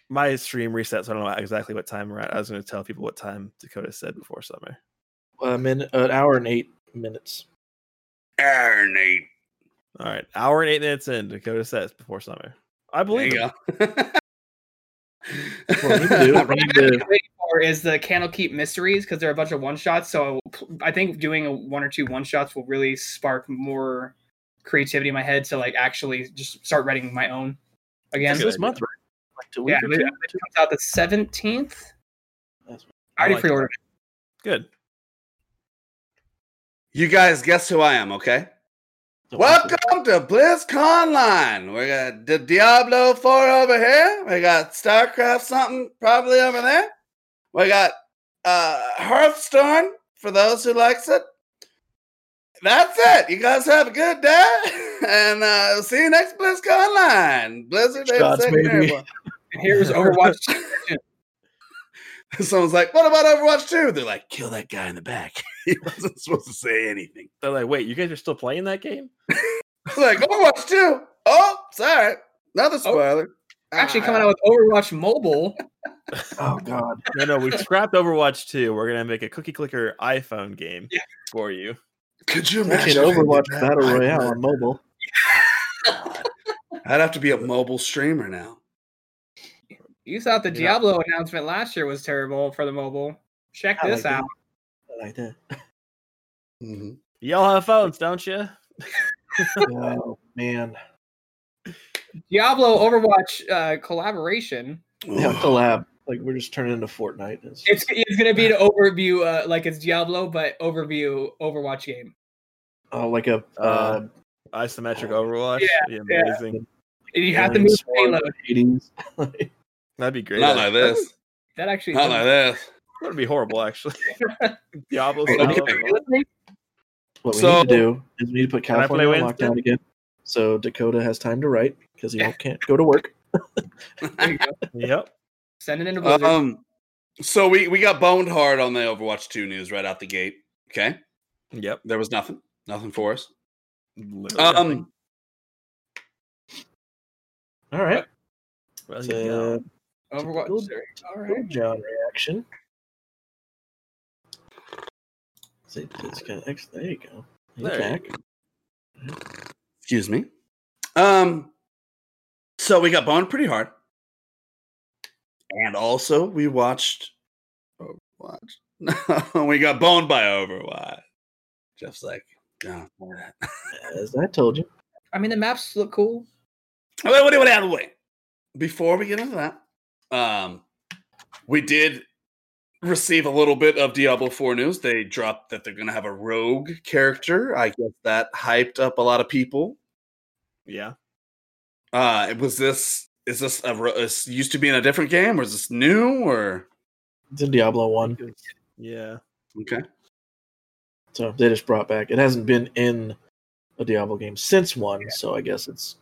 E: My stream reset, so I don't know exactly what time we're at. I was going to tell people what time Dakota said before summer.
C: A minute, an hour and eight minutes.
B: Arr, Nate.
E: All right, hour and eight minutes in, Dakota says before summer. I
B: There
E: believe
B: you
E: him.
B: go.
C: Well, we do, we do.
D: Wait for is the candle keep mysteries because there are a bunch of one shots. So I think doing a one or two one shots will really spark more creativity in my head to like actually just start writing my own again.
C: It's
E: Good
C: this
E: idea.
C: month, right? Like two
D: Yeah,
C: weeks
D: it
C: or
D: comes
C: two?
D: out the seventeenth.
C: That's-
D: I already
E: I like
D: pre-ordered. it.
E: Good.
B: You guys, guess who I am, okay? Welcome to BlizzCon Line. We got the Diablo 4 over here. We got StarCraft something probably over there. We got uh Hearthstone for those who likes it. That's it. You guys have a good day. And uh see you next BlizzCon Line. Blizzard they
C: Shots,
B: said
C: baby.
B: terrible.
D: And here's Overwatch.
B: Someone's like, what about Overwatch 2? They're like, kill that guy in the back. he wasn't supposed to say anything.
E: They're like, wait, you guys are still playing that game?
B: like Overwatch 2. Oh, sorry. Another spoiler. Ah,
C: Ah.
D: actually, coming out with Overwatch Mobile.
C: Oh god.
E: No, no, we've scrapped Overwatch 2. We're gonna make a cookie clicker iPhone game
D: Yeah.
E: for you.
B: Could you
C: Actually,
B: imagine if they
C: Overwatch
B: did that?
C: Battle
B: My
C: Royale
B: God.
C: on mobile.
B: I'd have to be a mobile streamer now.
D: You thought the
E: Yeah.
D: Diablo announcement last year was terrible for the mobile. Check
C: I
D: this
C: like it.
D: out.
C: I like that. Mm-hmm.
B: Mhm.
E: Y'all have phones, don't you?
C: Oh man.
D: Diablo Overwatch uh, collaboration.
C: Yeah, oh,
B: Ugh.
C: collab. Like we're just turning into Fortnite. It's-
D: It's it's gonna be an overview, uh, like it's Diablo, but overview Overwatch game.
C: oh, like a uh,
E: Isometric Overwatch.
D: Oh, Yeah,
E: Be
D: yeah.
E: amazing.
D: And you have to
C: Alien
D: move the
C: Swarm
D: payload.
C: Hades.
E: That'd be great.
B: Not like this.
D: That actually.
B: Not like this.
E: That'd be horrible, actually. Diablo.
B: Hey,
E: style
B: okay.
E: Overwatch.
C: What we
B: So-
C: need to do is we need to put
E: Can I play
C: California on
E: Wednesday?
C: lockdown again, so Dakota has time to write because he don't, can't go to work.
D: There you go.
E: Yep.
D: Send it into Blizzard.
B: Um, so we, we got boned hard on the Overwatch 2 news right out the gate. Okay.
E: Yep.
B: There was nothing. Nothing for us.
E: Literally nothing.
B: Um,
C: All right.
E: Well,
C: It's
E: you know.
C: a
D: Overwatch. there you go. All right.
C: John reaction. See, it's got X- There you go. He's
E: There you
C: back.
B: excuse me. Um, so we got boned pretty hard. And also we watched Overwatch. No, we got boned by Overwatch. Jeff's like, oh, boy, that-
C: As I told you.
D: I mean, the maps look cool.
B: All right, what do you want out of the way? Before we get into that, um, we did receive a little bit of Diablo 4 news. They dropped that they're going to have a rogue character. I guess that hyped up a lot of people.
E: Yeah.
B: Uh, was this is this a ro- is, used to be in a different game or is this new or
C: It's in Diablo 1.
E: Yeah.
B: okay?
C: So they just brought back. It hasn't been in a Diablo game since 1, so I guess it's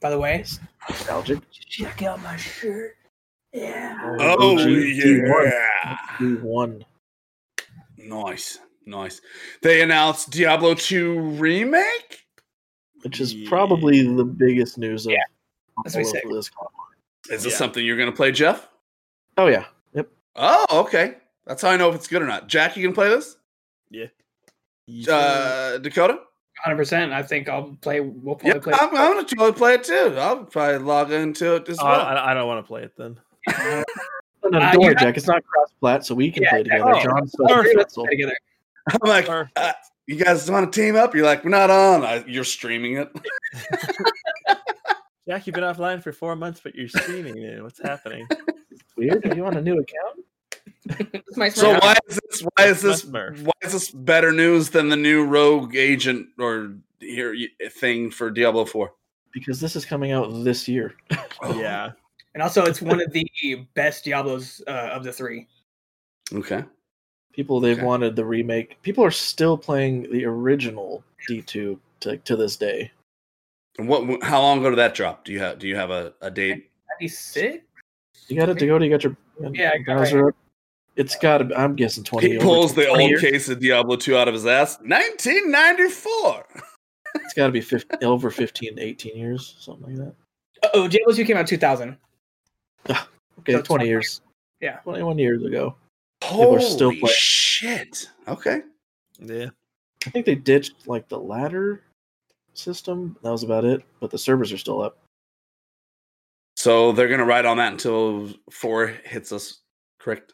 D: By the way,
C: nostalgic. Uh,
D: check out my shirt. Yeah.
B: Oh, yeah,
C: one
B: nice, nice. They announced Diablo 2 remake.
C: which is
E: Yeah.
C: probably the biggest news of
D: Yeah, that's what
C: all
D: he
C: of this con-
B: Is this
E: Yeah.
B: something you're going to play, Jeff?
C: Oh yeah.
B: Oh, okay. That's how I know if it's good or not. Jack, you can play this. Uh, Dakota.
D: 100%. I think I'll play. We'll
B: Yeah,
D: probably play.
B: I'm, I'm gonna totally play it too. I'll probably log into it as
E: Oh,
B: well.
E: I, I don't want to play it then.
C: No, no,
D: Uh,
C: don't
D: you
C: worry,
D: have-
C: Jack. It's not cross plat, so we can
D: Yeah,
C: play together.
E: oh,
C: John's
E: perfect.
C: special.
D: together.
B: I'm like,
E: Perfect.
B: uh, you guys want to team up? You're like, we're not on. I, you're streaming it.
E: Jack, you've been offline for four months, but you're streaming it. What's happening?
C: Weird. Are you on a new account?
D: It's my
B: So
D: smile.
B: why is this? Why is
E: That's
B: this?
E: my Smurf.
B: Why is this better news than the new Rogue Agent or here thing for Diablo Four?
C: Because this is coming out this year. Oh,
B: Oh.
E: Yeah.
D: And also, it's one of the best Diablos uh, of the three.
B: Okay.
C: People they've
B: Okay.
C: wanted the remake. People are still playing the original D2 to, to this day.
B: And what? How long ago did that drop? Do you have? Do you have a, a date?
D: 96?
C: You got it, Dakota. You got your
D: Yeah, I got it.
C: browser up. It's got to. I'm guessing twenty.
B: He
C: over
B: pulls the
C: 20
B: old
C: years.
B: case of Diablo Two out of his ass. 1994.
C: It's got to be 15, over 15, 18 years, something like
D: Oh, Diablo 2 came out 2000.
C: that. Okay,
D: So
C: twenty years.
D: yeah.
C: twenty-one years ago.
B: People
C: are still playing.
B: Shit. Okay.
E: Yeah.
C: I think they ditched like the ladder system. That was about it. But the servers are still up.
B: So they're gonna ride on that until four hits us, correct?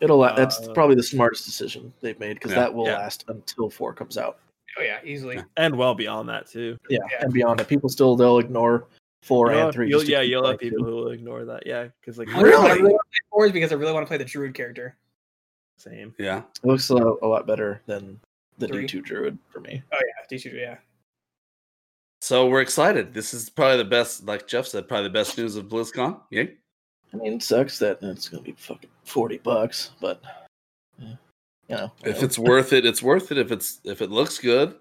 C: It'll. la that's
E: Uh,
C: probably the smartest decision they've made because
B: Yeah.
C: that will
E: Yeah.
C: last until four comes out.
D: Oh, yeah, easily.
E: And well beyond that too.
C: Yeah,
D: Yeah.
C: and beyond it, people still they'll ignore four
E: You'll
C: and
E: have-
C: three.
E: You'll,
C: just to
E: yeah,
C: keep
E: you'll have
C: playing
E: people
C: two.
E: who will ignore that. Yeah, because like
D: Honestly, what I
B: Really?
D: really want to play four is because I really want to play the Druid character.
E: same.
B: Yeah.
C: It looks a, a lot better than the
D: Three.
C: D2 druid for me.
D: Oh yeah, D two. Yeah,
B: So we're excited. This is probably the best, like Jeff said, probably the best news of BlizzCon. Yeah.
C: I mean, it sucks that it's gonna be fucking forty bucks, but eh, you know,
B: If
C: whatever.
B: it's worth it, it's worth it. If it's if it looks good,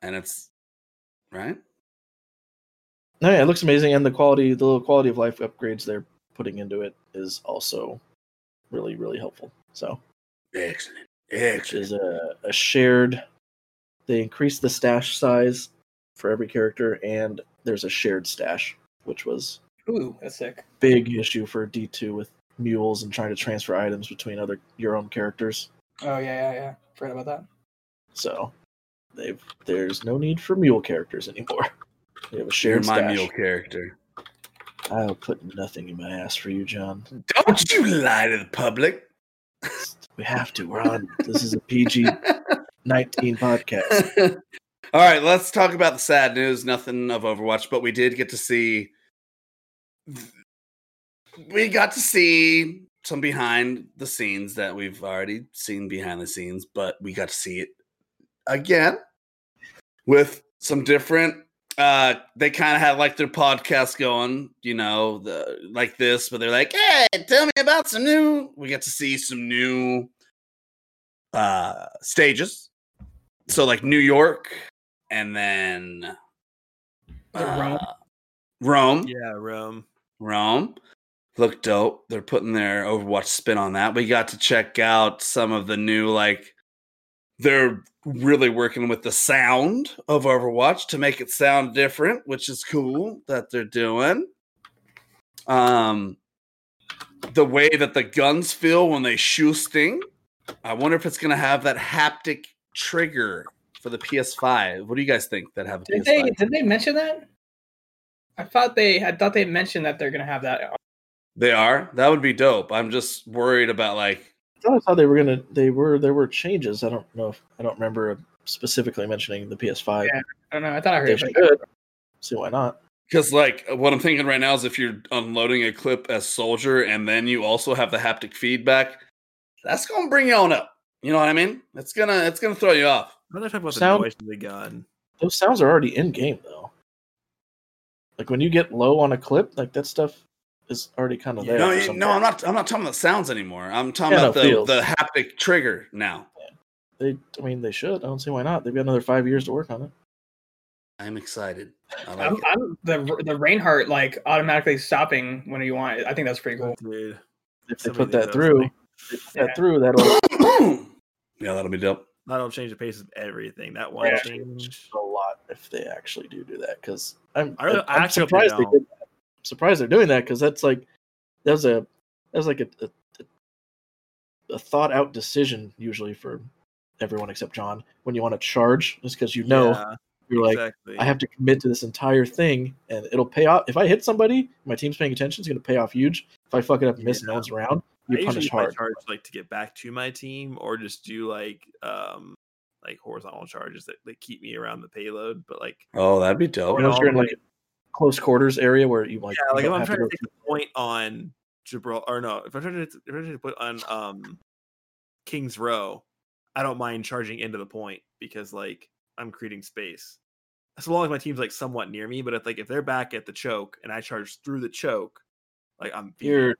B: and it's right.
C: no, yeah, it looks amazing, and the quality, the little quality of life upgrades they're putting into it is also really, really helpful. So,
B: Excellent.
C: which is a, a shared. They increased the stash size for every character, and there's a shared stash, which was
D: ooh, that's sick.
C: big issue for D2 with mules and trying to transfer items between other your own characters.
D: Oh yeah, yeah, yeah. Forgot about that.
C: So they've there's no need for mule characters anymore. We have a
B: You're
C: shared
B: my
C: stash.
B: mule character.
C: I'll put nothing in my ass for you, John.
B: Don't you lie to the public.
C: We have to. We're on. this is a PG nineteen podcast.
B: All right, let's talk about the sad news. Nothing of Overwatch, but we did get to see. We got to see some behind the scenes that we've already seen behind the scenes, but we got to see it again with some different. Uh, they kind of had like their podcast going, you know, the like this, but they're like, "Hey, tell me about some new." We got to see some new uh stages so like New York and then
D: Is it Rome?
B: uh, Rome.
E: Yeah, Rome.
B: Rome. Look dope. They're putting their Overwatch spin on that. We got to check out some of the new like they're really working with the sound of Overwatch to make it sound different, which is cool that they're doing. Um the way that the guns feel when they shoe sting. I wonder if it's gonna have that haptic trigger for the PS5. What do you guys think that have a
D: Did
B: PS5?
D: they did they mention that? I thought they I thought they mentioned that they're gonna have that.
B: They are. That would be dope. I'm just worried about like
C: I thought I thought they were gonna. They were. There were changes. I don't know. if I don't remember specifically mentioning the PS5.
D: Yeah, I don't know. I thought I heard
C: they
D: it. but-
C: should. See why not?
B: because like what I'm thinking right now is if you're unloading a clip as soldier and then you also have the haptic feedback, that's gonna bring you on up. You know what I mean? It's gonna it's gonna throw you off.
E: I'm not talking about
C: Sound-
E: the noise of the gun.
C: Those sounds are already in game though. Like when you get low on a clip, like that stuff is already kind of
E: Yeah.
C: there.
B: no,
C: for
B: you-
C: some
B: no, I'm
C: characters.
B: not. I'm not talking about sounds anymore. I'm talking
C: Yeah,
B: about
C: no,
B: the
C: feels.
B: the haptic trigger now.
C: They, I mean, they should. I don't see why not. They've got another five years to work on it.
B: I'm excited. I like
D: I'm,
B: it.
D: I'm the the Reinhardt like automatically stopping when you want. it. I think that's pretty cool.
E: Dude.
C: If they
E: Somebody
C: put
E: did
C: that through,
E: something.
C: they put
D: Yeah.
C: that through, that'll
B: yeah, that'll be dope.
E: That'll change the pace of everything. That one
D: Yeah.
E: change.
C: a lot if they actually do do that. Because I'm,
E: I really-
C: I'm
E: I actually hope they
C: surprised they
E: don't.
C: did that. I'm surprised they're doing that because that's like that was a that was like a a, a- a thought out decision usually for everyone except John when you want to charge is because you know
E: Yeah,
C: you're like
E: exactly.
C: I have to commit to this entire thing, and it'll pay off. If I hit somebody, my team's paying attention. It's going to pay off huge. If I fuck it up and miss and no
E: Yeah.
C: one's around,
E: I
C: you
E: usually
C: punish
E: use my
C: hard.
E: charge like to get back to my team, or just do like um like horizontal charges that, that keep me around the payload. But like
B: Oh, that'd be
E: Oh,
B: dope.
C: Or
E: no.
C: else you're in like a close quarters area where you like,
E: yeah, like
C: you don't
E: if I'm
C: have to
E: trying to
C: go
E: take the point on Gibraltar, or no, if I'm trying to, if I'm trying to put on um King's Row, I don't mind charging into the point because like I'm creating space. As long as my team's like somewhat near me, but if like if they're back at the choke and I charge through the choke, like I'm
C: through- you're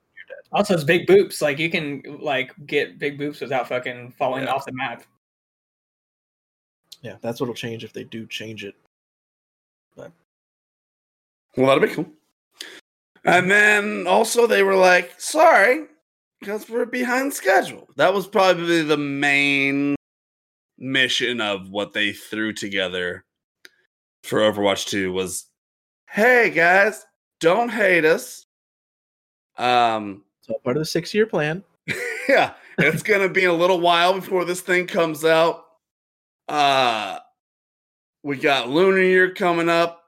D: Also, it's big boops. Like you can like get big boops without fucking falling
E: Yeah.
D: off the map.
C: yeah, that's what'll change if they do change it.
B: Well, that'll be cool. And then also they were like, sorry, because we're behind schedule. That was probably the main mission of what they threw together for Overwatch 2 was hey guys, don't hate us. Um
C: It's all part of the six year plan.
B: yeah, it's gonna be a little while before this thing comes out. Uh we got Lunar Year coming up.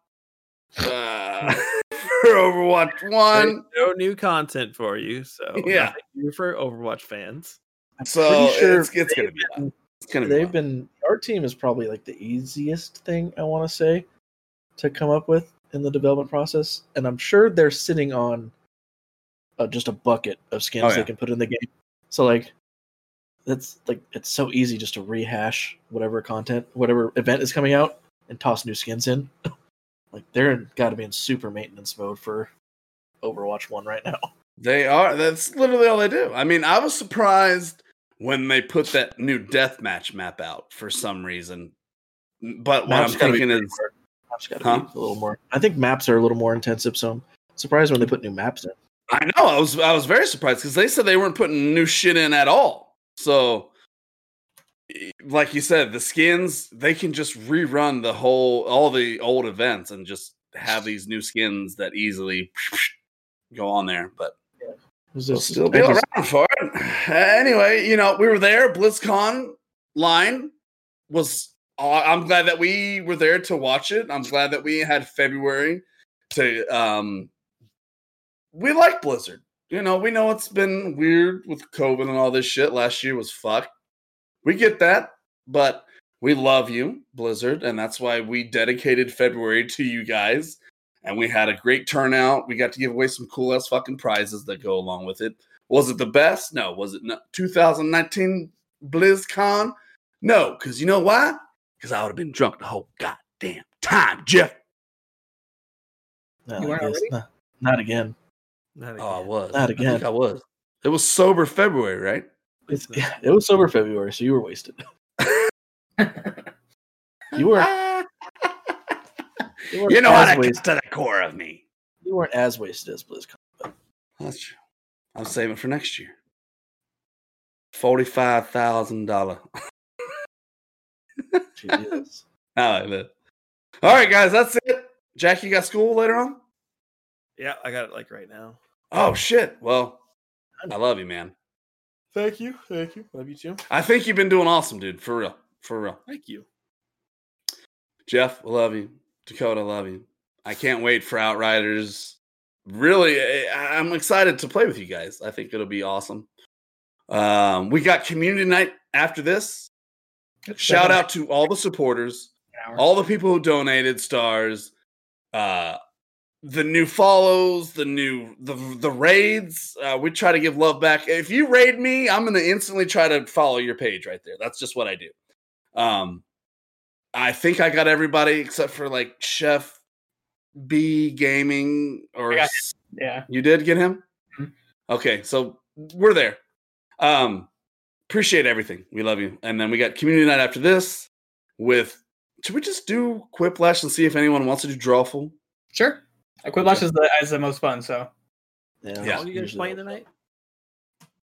B: Uh for Overwatch
E: there's
B: One.
E: no new content for you. So
B: Yeah.
E: nothing new for Overwatch fans.
C: I'm
B: So
C: pretty sure
B: it's, it's gonna be
C: been-
B: wild. It's gonna be
C: they've
B: wild.
C: been our team is probably like the easiest thing I want to say to come up with in the development process, and I'm sure they're sitting on uh, just a bucket of skins
B: Oh, yeah.
C: they can put in the game. So like, that's like it's so easy just to rehash whatever content, whatever event is coming out, and toss new skins in. like they're got to be in super maintenance mode for Overwatch One right now.
B: They are. That's literally all they do. I mean, I was surprised when they put that new deathmatch map out for some reason. But what I'm
C: Maps gotta be
B: thinking is,
C: pretty hard. maps got to
B: Huh?
C: be a little more. I think maps are a little more intensive, so I'm surprised when they put new maps in.
B: I know I was I was very surprised because they said they weren't putting new shit in at all. So, e- like you said, the skins they can just rerun the whole all the old events and just have these new skins that easily go on there. But
C: Who's
B: We'll
C: this?
B: still be
C: I just-
B: around for it. Uh, Anyway, you know, we were there. BlizzCon line was. aw- I'm glad that we were there to watch it. I'm glad that we had February to. um We like Blizzard. You know, we know it's been weird with COVID and all this shit. Last year was fucked. We get that, but we love you, Blizzard, and that's why we dedicated February to you guys and we had a great turnout. We got to give away some cool ass fucking prizes that go along with it. Was it the best? No. Was it not 2019 BlizzCon? No, because you know why? Because I would have been drunk the whole goddamn time, Jeff.
C: no,
D: You
C: I
D: weren't
C: guess
D: already?
C: not, not again.
E: Not
B: Oh, I
E: again.
B: was.
C: Not
B: I,
C: again.
B: think I was. It was sober February, right?
C: It's, yeah, it was sober February, so you were wasted. You were. You, weren't
B: Ah, You know
C: as
B: how that gets
C: wasted,
B: to the core of me.
C: you weren't as wasted as BlizzCon.
B: That's true. I'm saving for next year. Forty-five thousand dollar
C: Jesus.
B: I like that. All right, guys, that's it. Jack, you got school later on?
E: Yeah, I got it like right now.
B: Oh shit. Well, I love you, man.
E: Thank you. Thank you. Love you too.
B: I think you've been doing awesome, dude. For real. For real.
E: Thank you.
B: Jeff, we love you. Dakota, love you. I can't wait for Outriders. Really, I- I- I'm excited to play with you guys. I think it'll be awesome. Um, we got community night after this. Shout out to all the supporters. all the people who donated stars uh the new follows the new the the raids uh we try to give love back if you raid me i'm gonna instantly try to follow your page right there that's just what i do um i think i got everybody except for like chef b gaming or
D: I got
B: s-
D: yeah.
B: you did get him?
D: Mhm.
B: Okay, so we're there. Um appreciate everything. We love you. And then we got community night after this with should we just do Quiplash and see if anyone wants to do drawful?
D: Sure. A Quiplash is the is the most fun. So
B: Yeah.
E: How long you guys
C: usually
E: playing
C: that's-
E: tonight?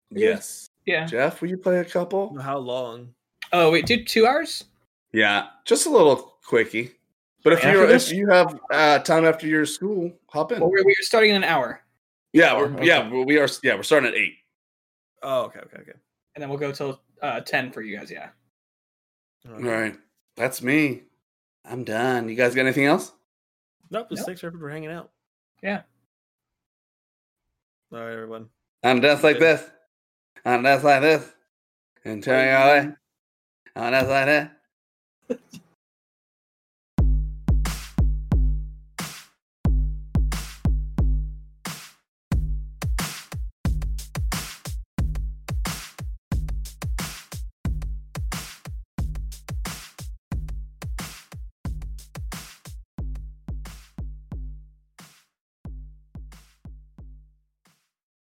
B: Yes.
D: yeah.
B: Jeff, will you play a couple?
E: How long?
D: Oh wait, two two hours?
B: Yeah, just a little quickie. But if
C: After
B: you if
C: this?
B: you have uh, time after your school, hop in.
D: Well, we're, we're starting in an hour,
B: yeah, we're,
C: okay.
B: yeah, we are. Yeah, we're starting at eight.
E: Oh, okay, okay, okay.
D: and then we'll go till uh, ten for you guys. Yeah.
E: All
B: All
E: right.
B: right, that's me. I'm done. You guys got anything else?
E: Nope, just
D: Nope.
E: thanks everyone for hanging out.
D: Yeah.
E: All right, everyone.
B: And that's like
E: Okay.
B: this. And that's like this. And tell you all that. And that's like that.